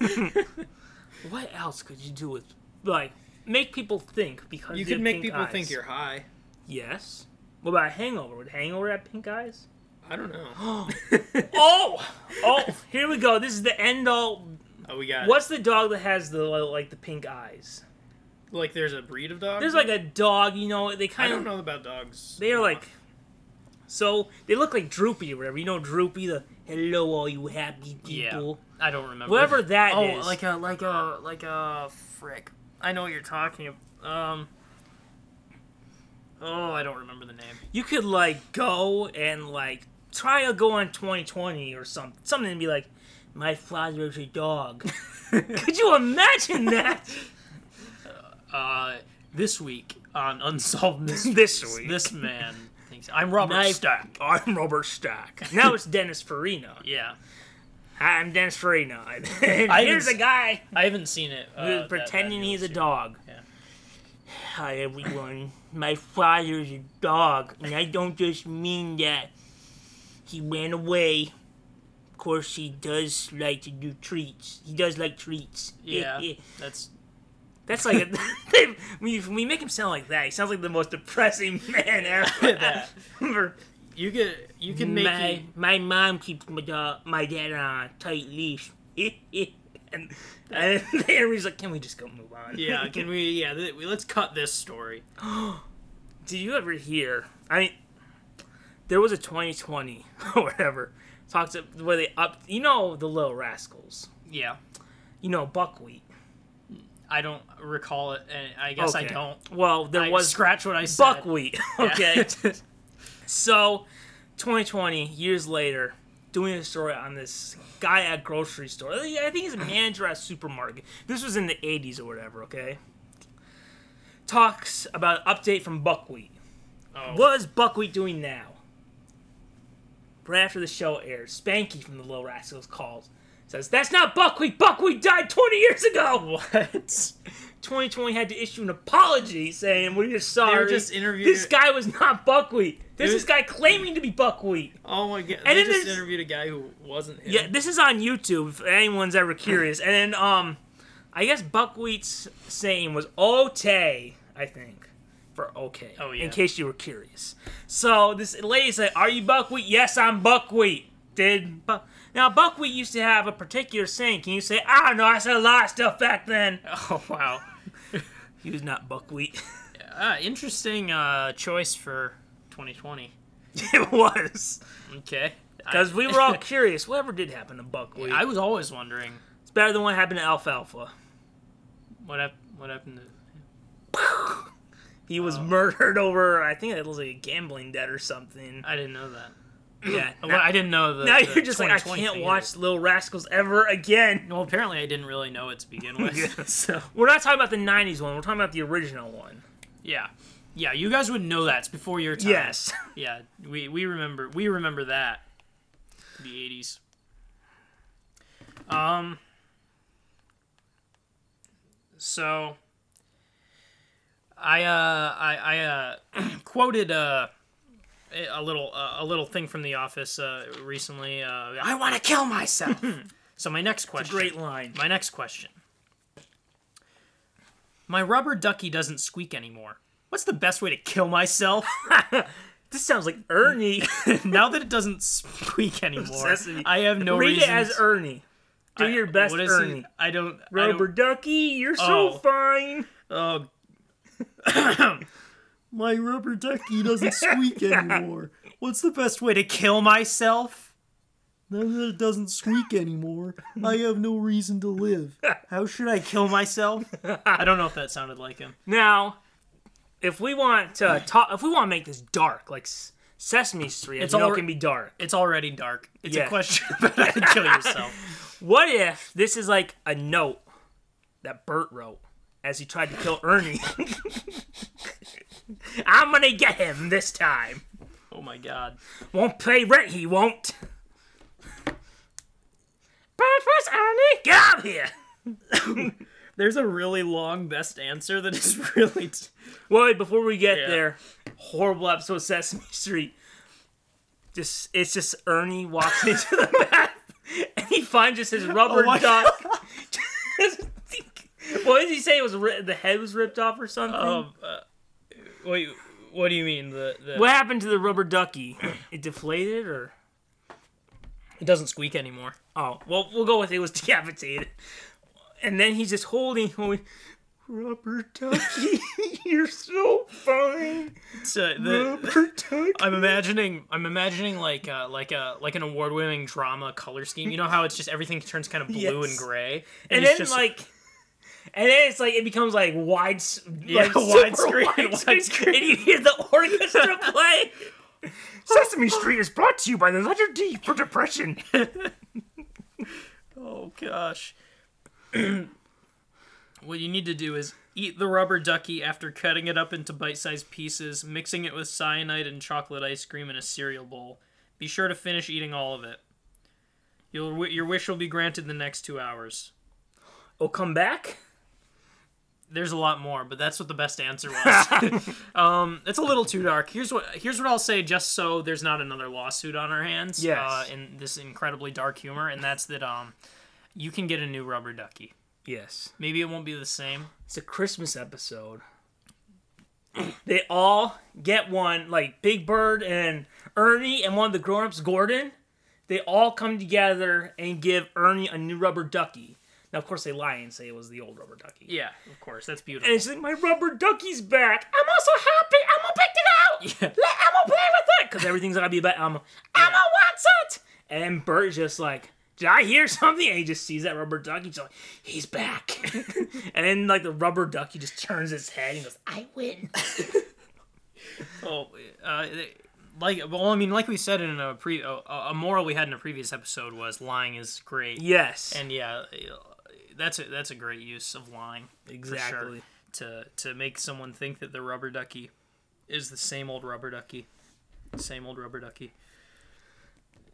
A: *laughs* what else could you do with like make people think because
B: you
A: have
B: could make
A: pink
B: people
A: eyes.
B: think you're high.
A: Yes. What about hangover? Would hangover have pink eyes?
B: I don't know. *gasps* *laughs*
A: Oh, oh! Here we go. This is the end all.
B: Oh, we got
A: What's the dog that has the like the pink eyes?
B: like there's a breed of dogs.
A: There's like a dog. You know, they
B: I
A: kind of.
B: don't know about dogs.
A: They are like. So they look like Droopy or whatever. You know Droopy, the hello all you happy
B: Yeah.
A: people.
B: I don't remember.
A: Whoever that
B: oh,
A: is.
B: like a like a like a frick. I know what you're talking about. Um. Oh, I don't remember the
A: *laughs*
B: name.
A: you could like go and like try to go on 2020 or something something and be like my father is a dog *laughs* could you imagine that
B: Uh, this week on Unsolved Mysteries,
A: *laughs* This week.
B: this man thinks I'm Robert
A: Knife-
B: Stack.
A: i'm robert stack now it's dennis
B: *laughs*
A: farina
B: Yeah,
A: Hi, i'm dennis farina *laughs* and
B: I
A: here's a
B: haven't
A: guy
B: I haven't seen it. Uh,
A: who's
B: that-
A: pretending
B: that
A: he's a
B: new
A: dog
B: Yeah.
A: hi everyone my father's a dog and i don't just mean that he ran away of course he does like to do treats he does like treats
B: series. Yeah, that's
A: That's like a, *laughs* they, when, you, when you make him sound like that, he sounds like the most depressing *laughs* man
B: *laughs*
A: ever.
B: That.
A: ever.
B: you could you could make
A: my,
B: it-
A: my mom keeps my, da- my dad on a tight leash. *laughs* and, and Henry's like, can we just go move on? *laughs*
B: yeah. Can we yeah? Th- we, let's cut this story.
A: Did you ever hear? I mean, there was a 2020 *laughs* or whatever. Talks of where they up, you know, the Little Rascals,
B: Yeah,
A: you know, Buckwheat.
B: I don't recall it. and I guess I
A: Okay.
B: don't.
A: Well, there
B: I
A: was
B: scratch what I said.
A: buckwheat. *laughs* Okay.
B: *laughs*
A: so, 2020 years later, doing a story on this guy at a grocery store. I think
B: *clears throat*
A: he's a manager at a supermarket. This was in the 80s or whatever. Okay. Talks about an update from buckwheat.
B: Oh.
A: What is buckwheat doing now? Right after the show airs, Spanky from the Little Rascals calls. Says, that's not Buckwheat! Buckwheat died 20 years ago! *laughs*
B: What?
A: 2020 had to issue an apology saying we're just sorry.
B: just interviewed-
A: This guy was not buckwheat. There's
B: It
A: this
B: was-
A: guy claiming to be buckwheat.
B: Oh my god!
A: And
B: they
A: then
B: just
A: there's-
B: interviewed a guy who wasn't him.
A: Yeah, this is on YouTube if anyone's ever curious. and then um, I guess buckwheat's saying was okay. I think for okay.
B: Oh, yeah.
A: In case you were curious. So this lady said, "Are you buckwheat? Yes, I'm buckwheat." Did bu- now buckwheat used to have a particular saying? Can you say, "I don't know"? I said a lot of stuff back *laughs* then.
B: Oh *laughs* wow.
A: He was not buckwheat. *laughs*
B: Ah, interesting uh, choice for 2020.
A: it was.
B: Okay.
A: Because
B: I-
A: we were all curious, whatever did happen to buckwheat?
B: I was always wondering
A: it's better than what happened to alfalfa.
B: what hap- what happened to
A: He was murdered over, I think it was like a gambling debt or *clears throat* something.
B: I didn't know that.
A: yeah.
B: Well,
A: now,
B: I didn't know the
A: now
B: the
A: you're just like, I
B: 2020
A: can't
B: thing
A: watch
B: either.
A: Little Rascals ever again.
B: Well, apparently I didn't really know it to
A: *laughs*
B: begin with.
A: Yeah.
B: So
A: We're not talking about the 90s one, we're talking about the original one.
B: yeah, yeah. You guys would know that. It's before your
A: *laughs*
B: time.
A: Yes.
B: Yeah. We we remember we remember that. The 80s. Um. So. I uh I I uh, *clears throat* quoted uh. a- A little, uh, a little thing from The Office uh, recently. Uh, I want to kill
A: *laughs*
B: myself. so my next question.
A: Great line.
B: My next question. My rubber ducky doesn't squeak anymore. What's the best way to kill myself?
A: This sounds like *laughs* Ernie.
B: now that it doesn't squeak anymore,
A: Sesame.
B: I have no
A: Read it
B: reason.
A: as Ernie. Do your best,
B: what is it?
A: Ernie.
B: I don't. I don't-
A: Rubber Ducky, you're so
B: Oh.
A: fine.
B: Oh. My rubber ducky *laughs* doesn't squeak anymore. What's the best way to kill myself? Now that it doesn't squeak anymore, I have no reason to live. How should I kill myself? I don't know if that sounded like him.
A: Now, if we want *sighs* to talk, if we want to make this dark, like S- Sesame Street, it's
B: It's
A: all
B: alre-
A: can be dark.
B: It's already dark. It's
A: Yeah.
B: a question about how to kill *laughs* yourself.
A: What if this is like a note that Bert wrote as he tried to kill Ernie? *laughs* I'm gonna get him this time.
B: Oh my god.
A: Won't pay rent, he won't. Purpose, Ernie, get out of here.
B: There's a really long best answer that is *laughs* really. T-
A: Well, wait, before we get
B: Yeah.
A: there, horrible episode of Sesame Street. Just it's just Ernie walks *laughs* into the bath and he finds just his rubber
B: Oh my
A: duck. *laughs* what did he say? It was ri- the head was ripped off or something?
B: um, uh, *laughs* wait, what do you mean? The, the
A: what happened to the rubber ducky? It deflated or
B: It doesn't squeak anymore.
A: *laughs* oh well we'll go with it was decapitated. And then he's just holding Robert Tucky, *laughs* you're so fine.
B: So the,
A: Robert Tucky.
B: I'm imagining I'm imagining like uh, like a like an award-winning drama color scheme. You know how it's just everything turns kind of blue and
A: Yes.
B: gray,
A: and
B: it's
A: then
B: just
A: like, and then it's like it becomes like wide, s-
B: Yeah, *laughs*
A: like, super *laughs*
B: widescreen, widescreen.
A: and you *laughs* hear the
B: *laughs*
A: orchestra play.
F: Sesame Street is brought to you by the letter D for depression.
B: oh gosh. *clears throat* what you need to do is eat the rubber ducky after cutting it up into bite-sized pieces, mixing it with cyanide and chocolate ice cream in a cereal bowl. Be sure to finish eating all of it. You'll, your wish will be granted the next two hours.
A: Oh, come back.
B: there's a lot more, but that's what the best answer *laughs* was. um, it's a little too dark. Here's what here's what I'll say, just so there's not another lawsuit on our hands.
A: Yes.
B: Uh, in this incredibly dark humor, and that's that. Um, you can get a new rubber ducky.
A: Yes,
B: Maybe it won't be the same.
A: it's a Christmas episode. They all get one, like Big Bird and Ernie, and one of the grown-ups, Gordon. They all come together and give Ernie a new rubber ducky. Now, of course, they lie and say it was the old rubber ducky.
B: Yeah, of course, that's beautiful.
A: And it's like, my rubber ducky's back. I'm also happy. I'm gonna pick it out.
B: Yeah.
A: Let Elmo play with it. Because everything's gonna be about *laughs* Elmo. Elmo wants it. And Bert's just like, did I hear something? And he just sees that rubber ducky. He's like, he's back. *laughs* and then like the rubber ducky just turns his head and goes, I *laughs* win.
B: Oh, uh, like well, I mean, like we said in a pre, a, a moral we had in a previous episode was lying is great.
A: Yes.
B: And yeah, that's a, that's a great use of lying. for sure,
A: exactly.
B: to to make someone think that the rubber ducky is the same old rubber ducky. Same old rubber ducky.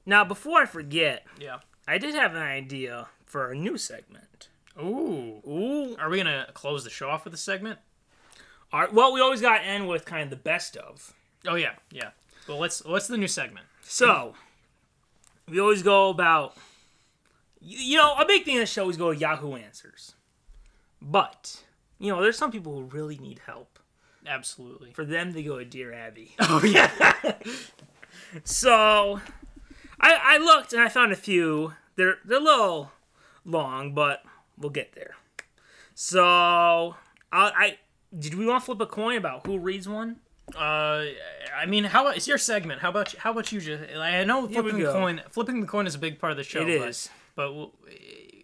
A: Now, before I forget,
B: Yeah.
A: I did have an idea for a new segment.
B: Ooh. Ooh. Are we gonna close the show off with a segment?
A: Our, well, we always gotta end with kind of the best of.
B: Oh yeah, yeah. Well, let's what's the new segment?
A: So, we always go about, you, you know, a big thing in the show is go to Yahoo Answers. But, you know, there's some people who really need help.
B: Absolutely.
A: For them to go to Dear Abby.
B: *laughs* Oh yeah.
A: *laughs* so, I, I looked and I found a few. They're, they're a little long, but we'll get there. So, I, I did we want to flip a coin about who reads one?
B: Uh, I mean, how it's your segment? How about you, how about you just? I know flipping the
A: go.
B: coin. Flipping the coin is a big part of the show.
A: It
B: but,
A: is.
B: But we'll,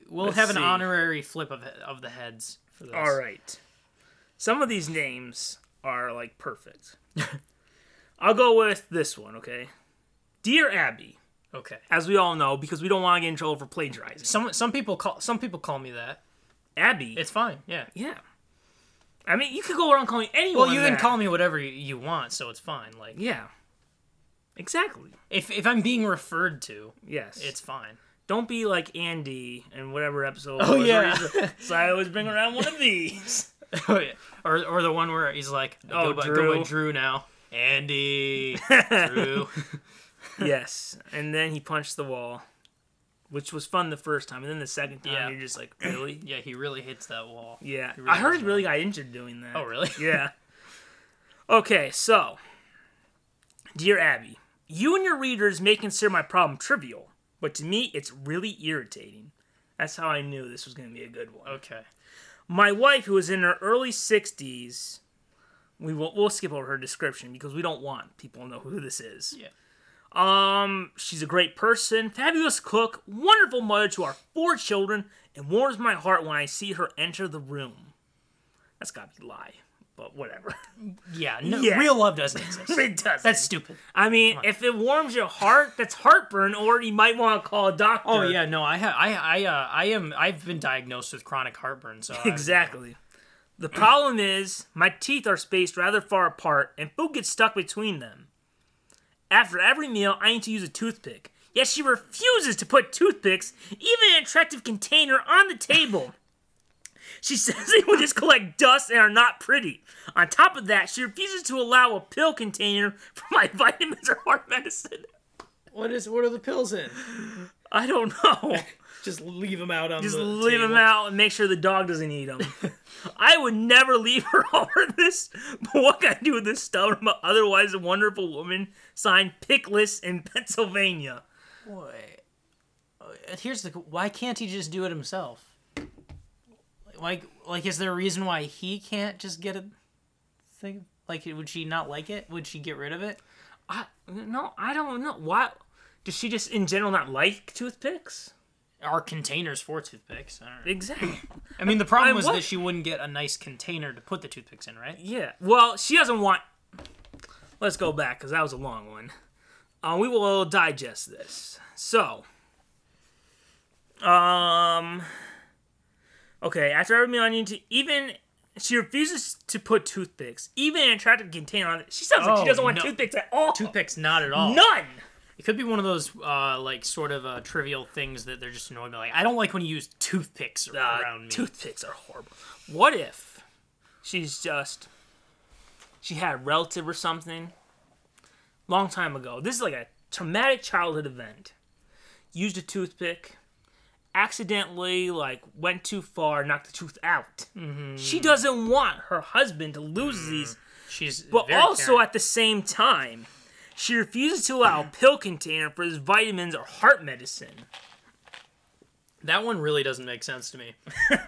B: we'll
A: Let's
B: have an
A: see.
B: honorary flip of of the heads for this.
A: All right. Some of these names are like perfect. *laughs* I'll go with this one, okay? Dear Abby,
B: Okay.
A: as we all know, because we don't want to get in trouble for plagiarizing.
B: Some some people call some people call me that.
A: Abby,
B: It's fine. Yeah.
A: yeah. I mean, you could go around calling anyone.
B: Well, you
A: that.
B: can call me whatever you- you want, so it's fine. Like
A: Yeah. Exactly.
B: if if I'm being referred to,
A: Yes.
B: it's fine.
A: don't be like Andy in whatever episode.
B: Oh,
A: it was where
B: yeah.
A: he's
B: *laughs*
A: like, so I always bring around one of these.
B: *laughs* oh yeah. Or or the one where he's like,
A: Oh,
B: oh, go by,
A: Drew.
B: go by Drew now. *laughs* Andy, Drew.
A: yes. And then he punched the wall, which was fun the first time, and then the second time
B: Yeah.
A: you're just like, really?
B: Yeah, he really hits that wall.
A: Yeah, I
B: He really
A: heard
B: does
A: he really got injured doing that.
B: Oh really?
A: *laughs* Yeah. Okay, so, dear Abby, you and your readers may consider my problem trivial, but to me, it's really irritating. That's how I knew this was going to be a good one.
B: Okay.
A: My wife, who is in her early sixties, we will we'll skip over her description because we don't want people to know who this is.
B: Yeah.
A: Um, she's a great person, fabulous cook, wonderful mother to our four children, and warms my heart when I see her enter the room. That's gotta be a lie, but whatever. *laughs*
B: Yeah. No,
A: Yeah.
B: real love doesn't *laughs* exist.
A: it does.
B: That's stupid.
A: I mean, if it warms your heart, that's heartburn, or you might want to call a doctor.
B: Oh yeah, no, I have, I, I, uh, I am, I've been diagnosed with chronic heartburn, *laughs* so I-
A: Exactly. The problem is, my teeth are spaced rather far apart and food gets stuck between them. After every meal, I need to use a toothpick. Yet she refuses to put toothpicks, even an attractive container, on the table. *laughs* She says they will just collect dust and are not pretty. On top of that, she refuses to allow a pill container for my *laughs* vitamins or heart medicine.
B: what is? What are the pills in?
A: I don't know.
B: Just leave them out on
A: Just
B: the
A: leave
B: table.
A: them out and make sure the dog doesn't eat them. I would never leave her *laughs* over this, but what can I do with this stubborn but otherwise wonderful woman signed Pickless in Pennsylvania?
B: Boy, uh, here's the. Why can't he just do it himself? like like is there a reason why he can't just get a thing? Like would she not like it? Would she get rid of it?
A: I, no, I don't know. Why does she just in general not like toothpicks?
B: Are containers for toothpicks? I don't know.
A: Exactly.
B: I mean, the problem
A: I
B: was
A: wa-
B: that she wouldn't get a nice container to put the toothpicks in, right?
A: Yeah. Well, she doesn't want. Let's go back because that was a long one. Uh, we will digest this. So, um, okay. After every meal, I need to even. She refuses to put toothpicks, even in a attractive container on it. She sounds like she
B: Oh,
A: doesn't want
B: no.
A: toothpicks at all.
B: Toothpicks, not at all.
A: None.
B: It could be one of those uh, like sort of uh, trivial things that they're just annoying me. Like I don't like when you use toothpicks
A: Uh,
B: around me.
A: toothpicks are horrible. What if she's just she had a relative or something long time ago? This is like a traumatic childhood event. Used a toothpick, accidentally like went too far, knocked the tooth out.
B: Mm-hmm.
A: She doesn't want her husband to lose these,
B: She's
A: but
B: very
A: also
B: Mm-hmm. caring.
A: at the same time. She refuses to
B: *clears throat*
A: allow a pill container for his vitamins or heart medicine.
B: that one really doesn't make sense
A: *laughs*
B: to me.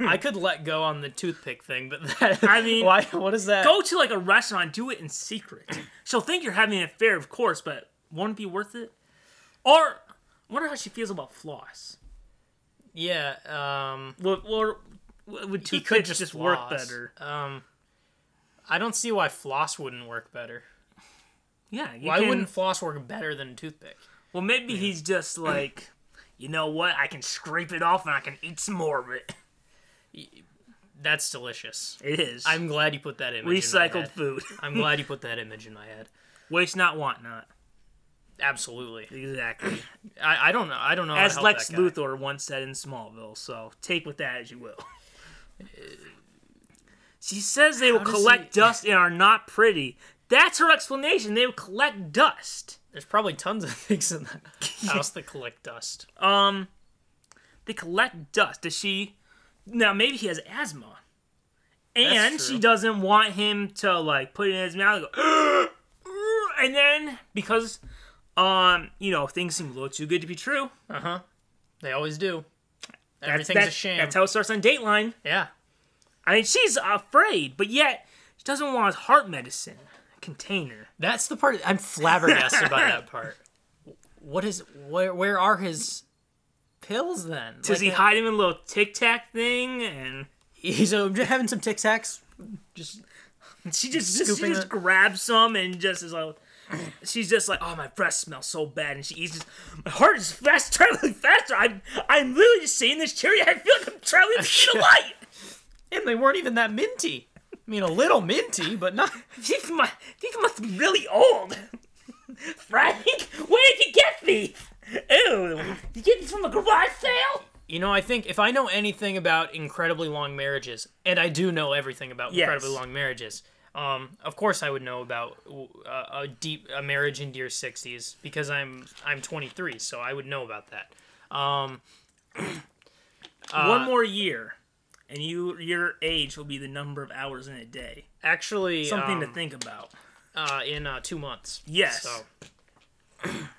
B: I could let go on the toothpick thing, but that,
A: I mean,
B: why? What is that?
A: go to like a restaurant, do it in secret. She'll think you're having an affair, of course, but won't it be worth it? Or I wonder how she feels about floss.
B: Yeah. Um,
A: Would, or would
B: he
A: toothpicks
B: could
A: just,
B: just,
A: work
B: floss.
A: better?
B: Um, I don't see why floss wouldn't work better.
A: Yeah, you
B: Why
A: can-
B: wouldn't floss work better than a toothpick?
A: Well, maybe he's
B: *clears throat*
A: just like, you know what? I can scrape it off and I can eat some more of it.
B: That's delicious.
A: It is
B: I'm glad you put that image. In my
A: recycled
B: head.
A: food. *laughs*
B: I'm glad you put that image in my head.
A: Waste not, want not.
B: Absolutely.
A: Exactly.
B: I, I don't know. I don't know. how to
A: As
B: help
A: Lex
B: that guy.
A: Luthor once said in Smallville, so take with that as you
B: *laughs*
A: will. She says they will
B: does
A: collect
B: he-
A: dust and are not pretty. That's her explanation. They will collect dust.
B: There's probably tons of *laughs* things in that house that collect dust.
A: Um, they collect dust. Does she? Now maybe he has asthma, and she
B: true.
A: doesn't want him to like put it in his mouth and go, and then because, um, you know things seem a little too good to be true.
B: They always do. Everything's
A: That's-
B: a sham.
A: That's how it starts on Dateline.
B: yeah.
A: I mean, she's afraid, but yet she doesn't want his heart medicine container.
B: That's the part I'm flabbergasted by that part. What is where where are his pills then?
A: Does he
B: Like,
A: hide him in a little tic tac thing? And
B: he's uh, just having some Tic Tacs. Just
A: she just, just, she
B: Scooping
A: just
B: it.
A: grabs some and just is like, *clears throat* she's just like, oh, my breath smells so bad. And she eats this. My heart is fast *laughs* traveling faster. I'm, I'm literally just sitting in this chair. I feel like I'm traveling to
B: *laughs*
A: the light.
B: and they weren't even that minty. I mean, a little minty, but not.
A: These, mu- these must be really old. *laughs* Frank, where did you get these? Ew, you get these from a garage sale?
B: You know, I think if I know anything about incredibly long marriages, and I do know everything about
A: Yes.
B: incredibly long marriages, um, of course I would know about uh, a deep a marriage into your sixties because I'm I'm 23, so I would know about that. Um, Uh,
A: one more year and you your age will be the number of hours in a day
B: actually,
A: something
B: um,
A: to think about
B: uh, in uh, two months.
A: Yes.
B: So *clears throat*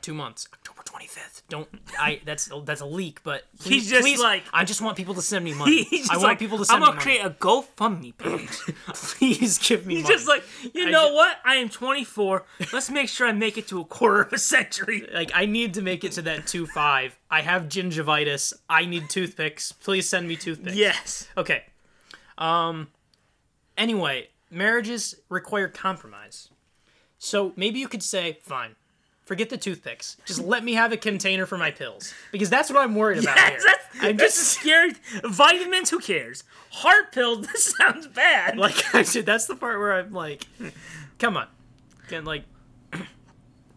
B: two months, October twenty fifth. Don't I? That's that's a leak, but please,
A: just
B: please,
A: like-
B: I just want people to
A: *laughs*
B: send me money.
A: He's
B: *laughs* I
A: just
B: want
A: like,
B: people to send
A: i'm gonna
B: me money.
A: create a gofundme page
B: *laughs*
A: *laughs*
B: please give me
A: he's
B: money.
A: just like you
B: I
A: know
B: ju-
A: what i am 24 let's make sure i make it to a quarter of a century
B: like I need to make it to that two five. I have gingivitis. I need toothpicks. Please send me
A: *laughs*
B: toothpicks.
A: yes
B: Okay. Um. Anyway, marriages require compromise. So maybe you could say, fine, forget the toothpicks. Just let me have a container for my pills because that's what I'm worried about
A: that's,
B: here.
A: that's,
B: I'm
A: that's
B: just
A: scared vitamins who cares heart pills *laughs* this sounds bad
B: *laughs* like I should, that's the part where I'm like, come on, can like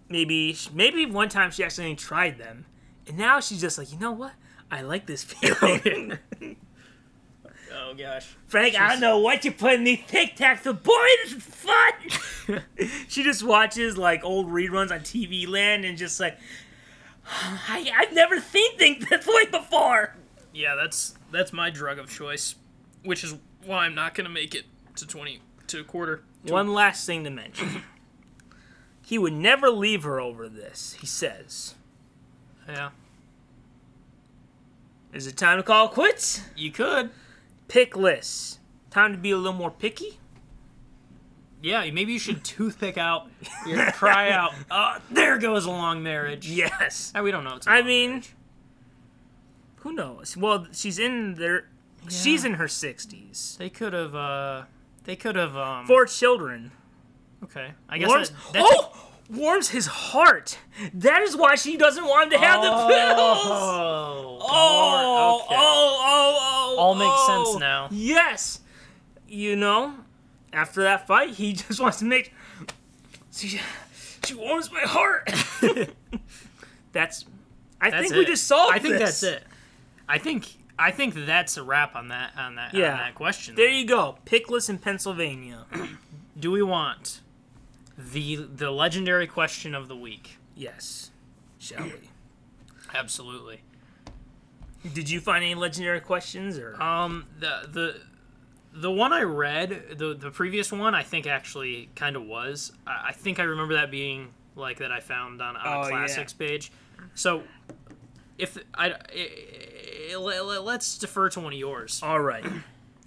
A: maybe maybe one time she accidentally tried them and now she's just like you know what i like
B: *laughs*
A: this feeling *laughs*
B: oh gosh.
A: Frank, I don't know what you put in these Tic Tacs, but boy, this is fun! *laughs* she just watches like old reruns on TV Land and just like, *sighs* I, I've never seen things *laughs* this way before.
B: Yeah, that's that's my drug of choice, which is why I'm not gonna make it to twenty to a quarter.
A: One last thing to mention. he would never leave her over this, he says.
B: Yeah.
A: Is it time to call it quits?
B: You could.
A: Pick lists. Time to be a little more *laughs* picky.
B: Yeah, maybe you should toothpick *laughs* out your
A: *laughs*
B: cry out. Uh, there goes a long marriage.
A: Yes.
B: Ah, we don't know. It's a
A: I
B: long
A: mean,
B: marriage.
A: Who knows? Well, she's in there. She's in her sixties.
B: they could have. uh They could have. um
A: Four children.
B: Okay, I guess.
A: Warms.
B: that- that's a-
A: oh, warms his heart. That is why she doesn't want him to have the pills.
B: Oh,
A: Oh,
B: darn, okay.
A: oh, oh, oh.
B: All makes
A: oh.
B: sense now.
A: Yes. You know, after that fight, he *laughs* just wants to make. She, she warms my
B: *laughs*
A: heart. that's. I
B: That's
A: think
B: it.
A: we just solved
B: I think
A: this.
B: that's it. I think I think that's a wrap on that on that
A: Yeah.
B: on that question.
A: There you go. Pickless in Pennsylvania.
B: Do we want the the legendary question of the week?
A: yes. Shall we?
B: Absolutely.
A: Did you find any legendary questions or?
B: Um the the the one I read, the the previous one, I think actually kind of was. I, I think I remember that being like that I found on, on
A: Oh,
B: a
A: yeah.
B: classics page. So if I, I- I- let- let's defer to one of yours.
A: All right,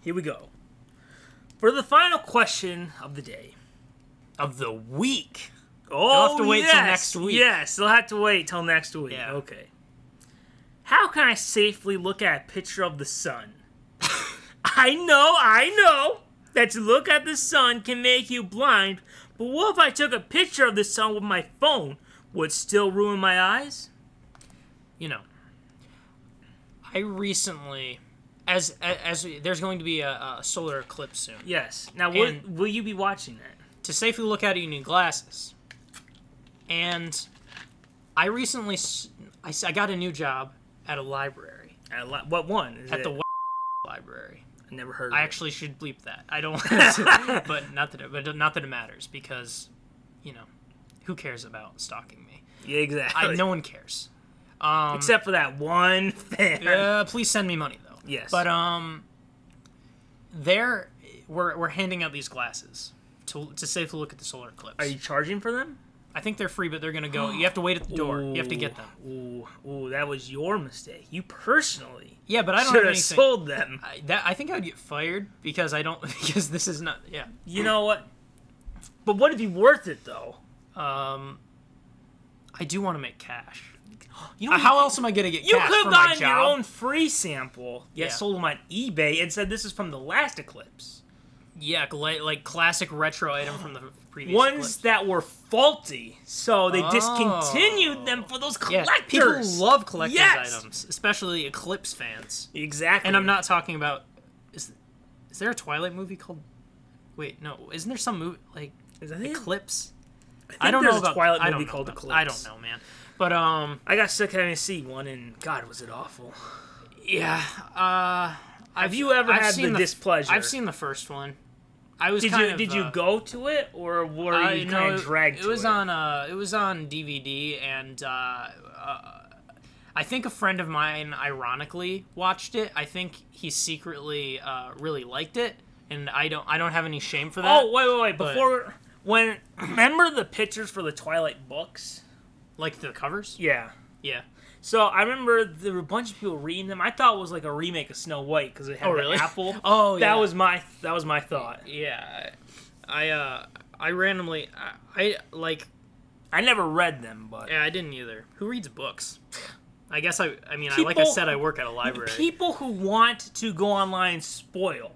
A: here we go. For the final question of the day,
B: Of the week.
A: oh,
B: have to wait till next week.
A: Yes, you'll have to wait till next week.
B: Yeah.
A: Okay. How can I safely look at a picture of the
B: *laughs*
A: sun? I know, I know that to look at the sun can make you blind, but what if I took a picture of the sun with my phone? Would it still ruin my eyes?
B: you know, I recently, as a- as we- there's going to be a, a solar eclipse soon.
A: Yes. Now, will,
B: And-
A: will you be watching that?
B: To safely look at it, you need glasses. And I recently, s- I, s- I got a new job at a library
A: At li- what one? Is
B: at
A: it-
B: the West library.
A: I never heard.
B: I
A: of it.
B: actually should bleep that.
A: *laughs*
B: I don't, want to, but not that it, but not that it matters because, you know, who cares about stalking me?
A: Yeah, exactly.
B: I um, no one cares.
A: except for that one *laughs* fan.
B: Uh, please send me money though.
A: Yes.
B: But um, there we're we're handing out these glasses to to safely look at the solar eclipse.
A: Are you charging for them?
B: I think they're free, but they're
A: *gasps*
B: gonna go. You have to wait at the door. You have to get them.
A: Ooh, ooh, that was your mistake. You personally
B: Yeah, but I don't
A: should
B: have
A: have
B: anything.
A: sold them.
B: I, that, I think I would get fired because I don't *laughs* because this is not yeah.
A: You know what? But would it be worth it though?
B: Um, I do want to make cash. You know Uh, how else am I gonna get
A: You
B: cash
A: could
B: for
A: have
B: my
A: gotten your
B: job?
A: own free sample, yet
B: Yeah.
A: sold them on eBay and said this is from the last eclipse.
B: Yeah, like, like classic retro item from the previous
A: Ones
B: eclipse.
A: that were faulty, so they
B: Oh.
A: discontinued them for those
B: Yeah,
A: collectors.
B: people love collector's
A: Yes!
B: items, especially Eclipse fans.
A: Exactly.
B: And I'm not talking about is is there a Twilight movie called? Wait, no, isn't there some movie like
A: Is that it?
B: Eclipse?
A: think
B: I, don't know
A: there's a
B: about
A: Twilight
B: I don't
A: movie
B: know
A: called
B: about-
A: Eclipse.
B: I don't know, man. But um,
A: I got stuck having to see one, and God, was it awful.
B: yeah. Uh,
A: Have you ever
B: I've
A: had
B: seen
A: the,
B: the-
A: displeasure?
B: I've seen the first one. I was
A: Did
B: kind
A: you
B: of,
A: did you
B: uh,
A: go to it or were
B: I
A: you
B: know
A: kind of
B: it-
A: dragged?
B: It
A: to
B: was on uh, it was on DVD, and uh, uh, I think a friend of mine ironically watched it. I think he secretly uh, really liked it, and I don't I don't have any shame for that.
A: Oh wait wait wait!
B: but-
A: Before when *clears throat* remember the pictures for the Twilight books?
B: like the covers?
A: Yeah.
B: Yeah.
A: So I remember there were a bunch of people reading them. I thought it was like a remake of Snow White because it had
B: Oh,
A: the
B: really?
A: apple.
B: *laughs* Oh,
A: that
B: yeah.
A: was my that was my thought.
B: Yeah. I uh, I randomly I, I like
A: I never read them, but
B: yeah, Eh, I didn't either. Who reads books? I guess I I mean I, like I
A: People-
B: said I work at a library.
A: people who want to go online and spoil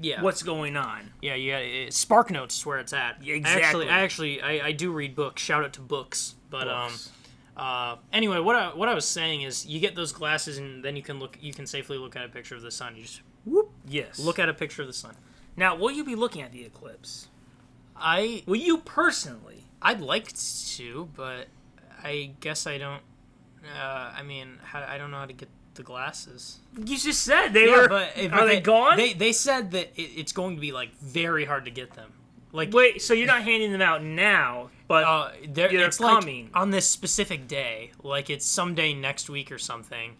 B: yeah.
A: what's going on.
B: Yeah, yeah. It, Spark Notes is where it's at.
A: Yeah,
B: I actually,
A: exactly.
B: I actually, I, I do read books. Shout out to books. But
A: Books.
B: um, uh, anyway, what I what I was saying is, you get those glasses, and then you can look, you can safely look at a picture of the sun. You just
A: yes.
B: look at a picture of the sun.
A: now. Will you be looking at the eclipse?
B: I
A: Will you personally?
B: I'd like to, but I guess I don't. Uh, I mean, how, I don't know how to get the glasses.
A: You just said they
B: Yeah,
A: were.
B: but if-
A: are they, gone?
B: They they said that it, it's going to be like very hard to get them. Like
A: Wait, so you're not handing them out now, but
B: uh, there,
A: They're
B: it's like
A: coming.
B: on this specific day, like it's someday next week or something.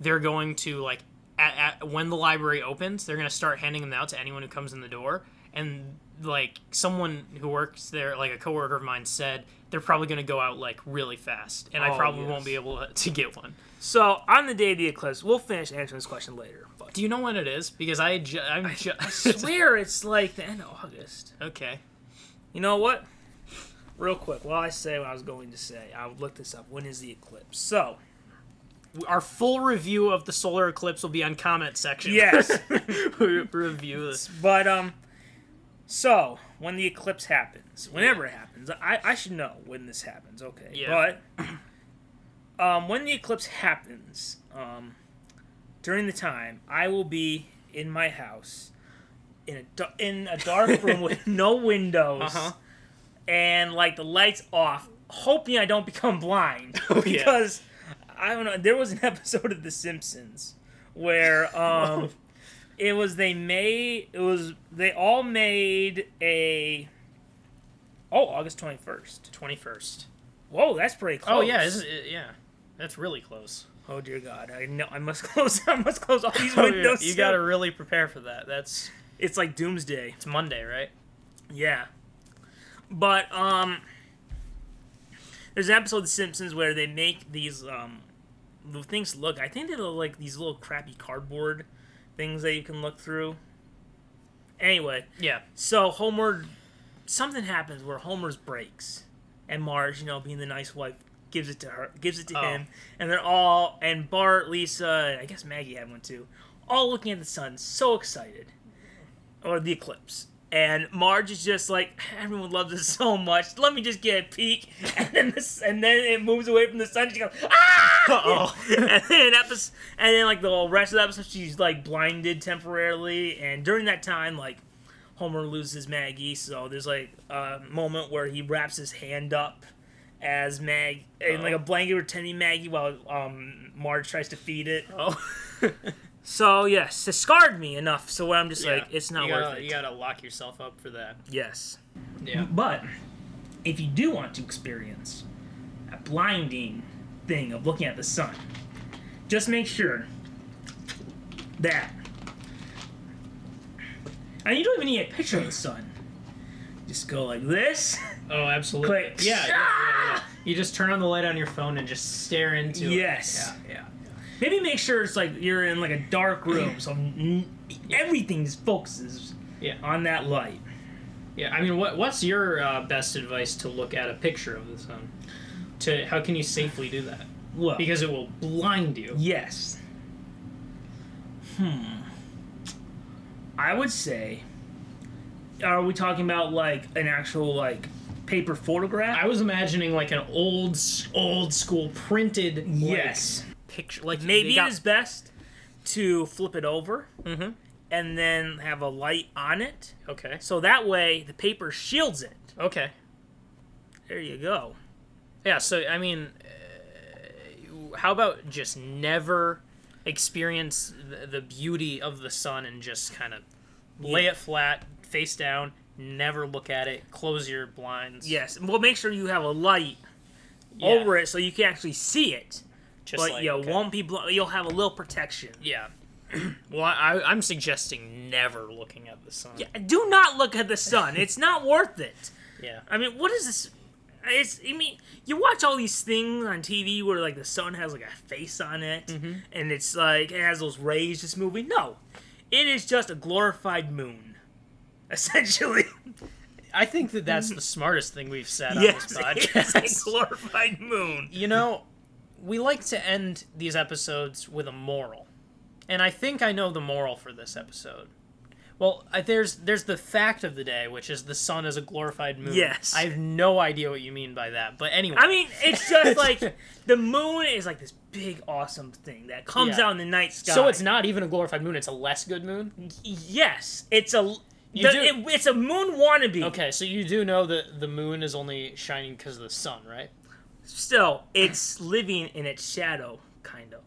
B: They're going to like at, at, when the library opens, they're going to start handing them out to anyone who comes in the door, and like someone who works there, like a coworker of mine, said they're probably going to go out like really fast, and
A: Oh,
B: I probably
A: yes.
B: won't be able to, to get one.
A: So on the day of the eclipse, we'll finish answering this question later. But
B: Do you know when it is? Because I ju- I'm ju-
A: *laughs* I swear it's like the end of August.
B: *laughs* okay.
A: You know what? Real quick, while I say what I was going to say, I will look this up. When is the eclipse? So
B: Our full review of the solar eclipse will be on comment section.
A: yes,
B: We *laughs* review this.
A: but um, so when the eclipse happens, whenever it happens, I I should know when this happens. Okay,
B: Yeah.
A: but um, when the eclipse happens, um, during the time I will be in my house. In a, da- in a dark room
B: *laughs*
A: with no windows
B: Uh-huh.
A: and like the lights off, hoping I don't become
B: *laughs*
A: blind.
B: Oh, yeah.
A: because I don't know. There was an *laughs* episode of The Simpsons
B: *laughs*
A: where
B: Oh.
A: um, it was they made it was they all made a oh August twenty first.
B: Twenty first.
A: Whoa, that's pretty close.
B: Oh yeah, is it, yeah. That's really close.
A: Oh dear God, I know I must *laughs* close. I must close all these
B: *laughs* Oh, yeah,
A: windows.
B: you
A: soon.
B: got to really prepare for that. That's
A: It's like doomsday.
B: it's Monday, right?
A: Yeah. But um there's an episode of The Simpsons where they make these um the things look I think they look like these little crappy cardboard things that you can look through. Anyway,
B: Yeah.
A: so Homer something happens where Homer's breaks and Marge, you know, being the nice wife, gives it to her gives it to
B: Oh.
A: him and they're all and Bart, Lisa, and I guess Maggie had one too, all looking at the sun, so excited or the eclipse. And Marge is just like everyone loves it so much. Let me just get a peek, *laughs* and then this, and then it moves away from the sun. She goes ah,
B: *laughs* Uh-oh.
A: *laughs* and then episode, and then like the whole rest of the episode, she's like blinded temporarily. And during that time, like Homer loses Maggie, so there's like a moment where he wraps his hand up as Mag in
B: Oh.
A: like a blanket pretending Maggie while um Marge tries to feed it.
B: Oh. *laughs*
A: So yes, it scarred me enough. So I'm just like, it's not
B: you gotta,
A: worth it.
B: You got to lock yourself up for that.
A: Yes.
B: Yeah.
A: But if you do want to experience a blinding thing of looking at the sun, just make sure that. And you don't even need a picture of the sun. Just go like this.
B: Oh, absolutely.
A: Click.
B: Yeah, yeah, yeah, yeah. You just turn on the light on your phone and just stare into
A: Yes.
B: it. Yeah. Yeah.
A: Maybe make sure it's like you're in like a dark room, so n- everything focuses
B: Yeah.
A: on that light.
B: Yeah, I mean, what what's your uh, best advice to look at a picture of the sun? To how can you safely do that?
A: Well,
B: Because it will blind you.
A: Yes. Hmm. I would say. Are we talking about like an actual like paper photograph?
B: I was imagining like an old s- old school printed like,
A: yes.
B: picture like
A: Maybe
B: they got-
A: it is best to flip it over
B: Mhm.
A: and then have a light on it,
B: okay
A: so that way the paper shields it.
B: okay
A: There you go.
B: yeah so I mean uh, how about just never experience the, the beauty of the sun and just kind of lay it flat face down never look at it close your blinds
A: Yes. Well, make sure you have a light
B: Yeah,
A: over it so you can actually see it,
B: just
A: but
B: like,
A: you
B: okay.
A: won't be. Bl- you'll have a little protection.
B: Yeah. *clears throat* well, I, I'm suggesting never looking at the sun.
A: Yeah, do not look at the
B: *laughs*
A: sun. It's not worth it.
B: Yeah.
A: I mean, what is this? It's. I mean, you watch all these things on TV where like the sun has like a face on it,
B: Mm-hmm.
A: and it's like it has those rays just moving. No, it is just a glorified moon, *laughs* essentially.
B: I think that that's *laughs* the smartest thing we've said
A: yes, *laughs*
B: on this
A: it
B: podcast.
A: is
B: *laughs*
A: a glorified moon.
B: you know, we like to end these episodes with a moral. And I think I know the moral for this episode. Well, I, there's there's the fact of the day, which is the sun is a glorified moon.
A: Yes.
B: I have no idea what you mean by that, but anyway.
A: I mean, it's
B: *laughs*
A: just like the moon is like this big awesome thing that comes
B: Yeah.
A: out in the night sky.
B: so it's not even a glorified moon; it's a less good moon.
A: Yes, it's a.
B: You
A: the-
B: do-
A: it- it's a moon wannabe.
B: Okay, so you do know that the moon is only shining because of the sun, right?
A: Still, it's living in its shadow, kind of.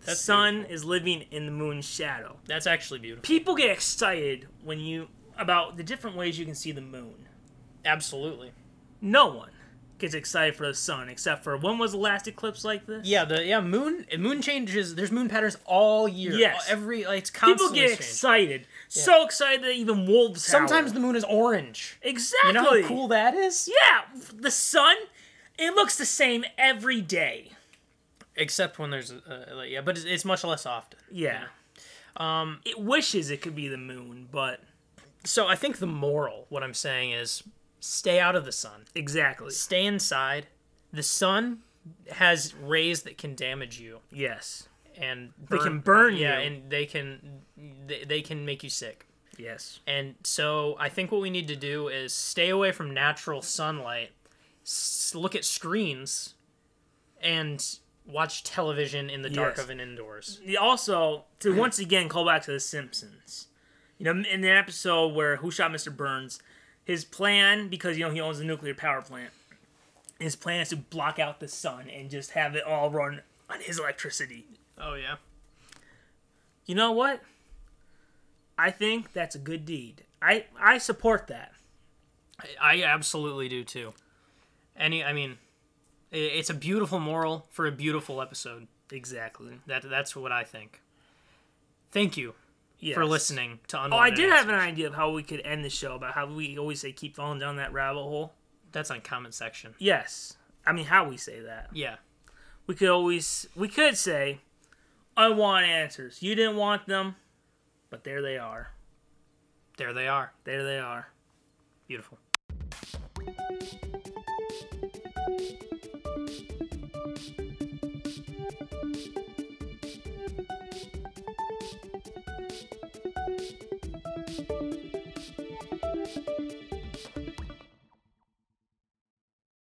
A: The
B: That's
A: sun is living in the moon's shadow.
B: That's actually beautiful.
A: People get excited when you about the different ways you can see the moon.
B: Absolutely.
A: No one gets excited for the sun, except for when was the last eclipse like this?
B: Yeah, the yeah moon moon changes. The's moon patterns all year.
A: Yes.
B: every like, it's
A: People
B: constantly
A: get
B: changing.
A: excited. So excited that even wolves howl.
B: Sometimes the moon is orange.
A: Exactly.
B: You know how cool that is?
A: Yeah, the sun, it looks the same every day.
B: Except when there's uh, like, yeah, but it's, it's much less often.
A: Yeah. Um, it wishes it could be the moon, but
B: So I think the moral, what I'm saying is, stay out of the sun.
A: exactly.
B: Stay inside. The sun has rays that can damage you
A: Yes.
B: and
A: They can burn
B: Yeah,
A: you.
B: and they can they, they can make you sick.
A: Yes.
B: And so I think what we need to do is stay away from natural sunlight, s- look at screens, and watch television in the dark
A: Yes.
B: of an indoors.
A: Also,
B: *clears throat*
A: to once again call back to the Simpsons. You know, in the episode where Who Shot Mr. Burns, his plan because you know he owns a nuclear power plant. His plan is to block out the sun and just have it all run on his electricity.
B: Oh yeah.
A: You know what? I think that's a good deed. I I support that.
B: I absolutely do too. Any, I mean, i- it's a beautiful moral for a beautiful episode.
A: Exactly.
B: That that's what I think. Thank you
A: Yes.
B: for listening to
A: Oh, I
B: Unwanted
A: did have an
B: Answers.
A: idea of how we could end the show about how we always say keep falling down that rabbit hole.
B: That's on comment section.
A: Yes. I mean how we say that.
B: Yeah,
A: We could always we could say I want answers. You didn't want them, but there they are.
B: there they are.
A: There they are.
B: Beautiful.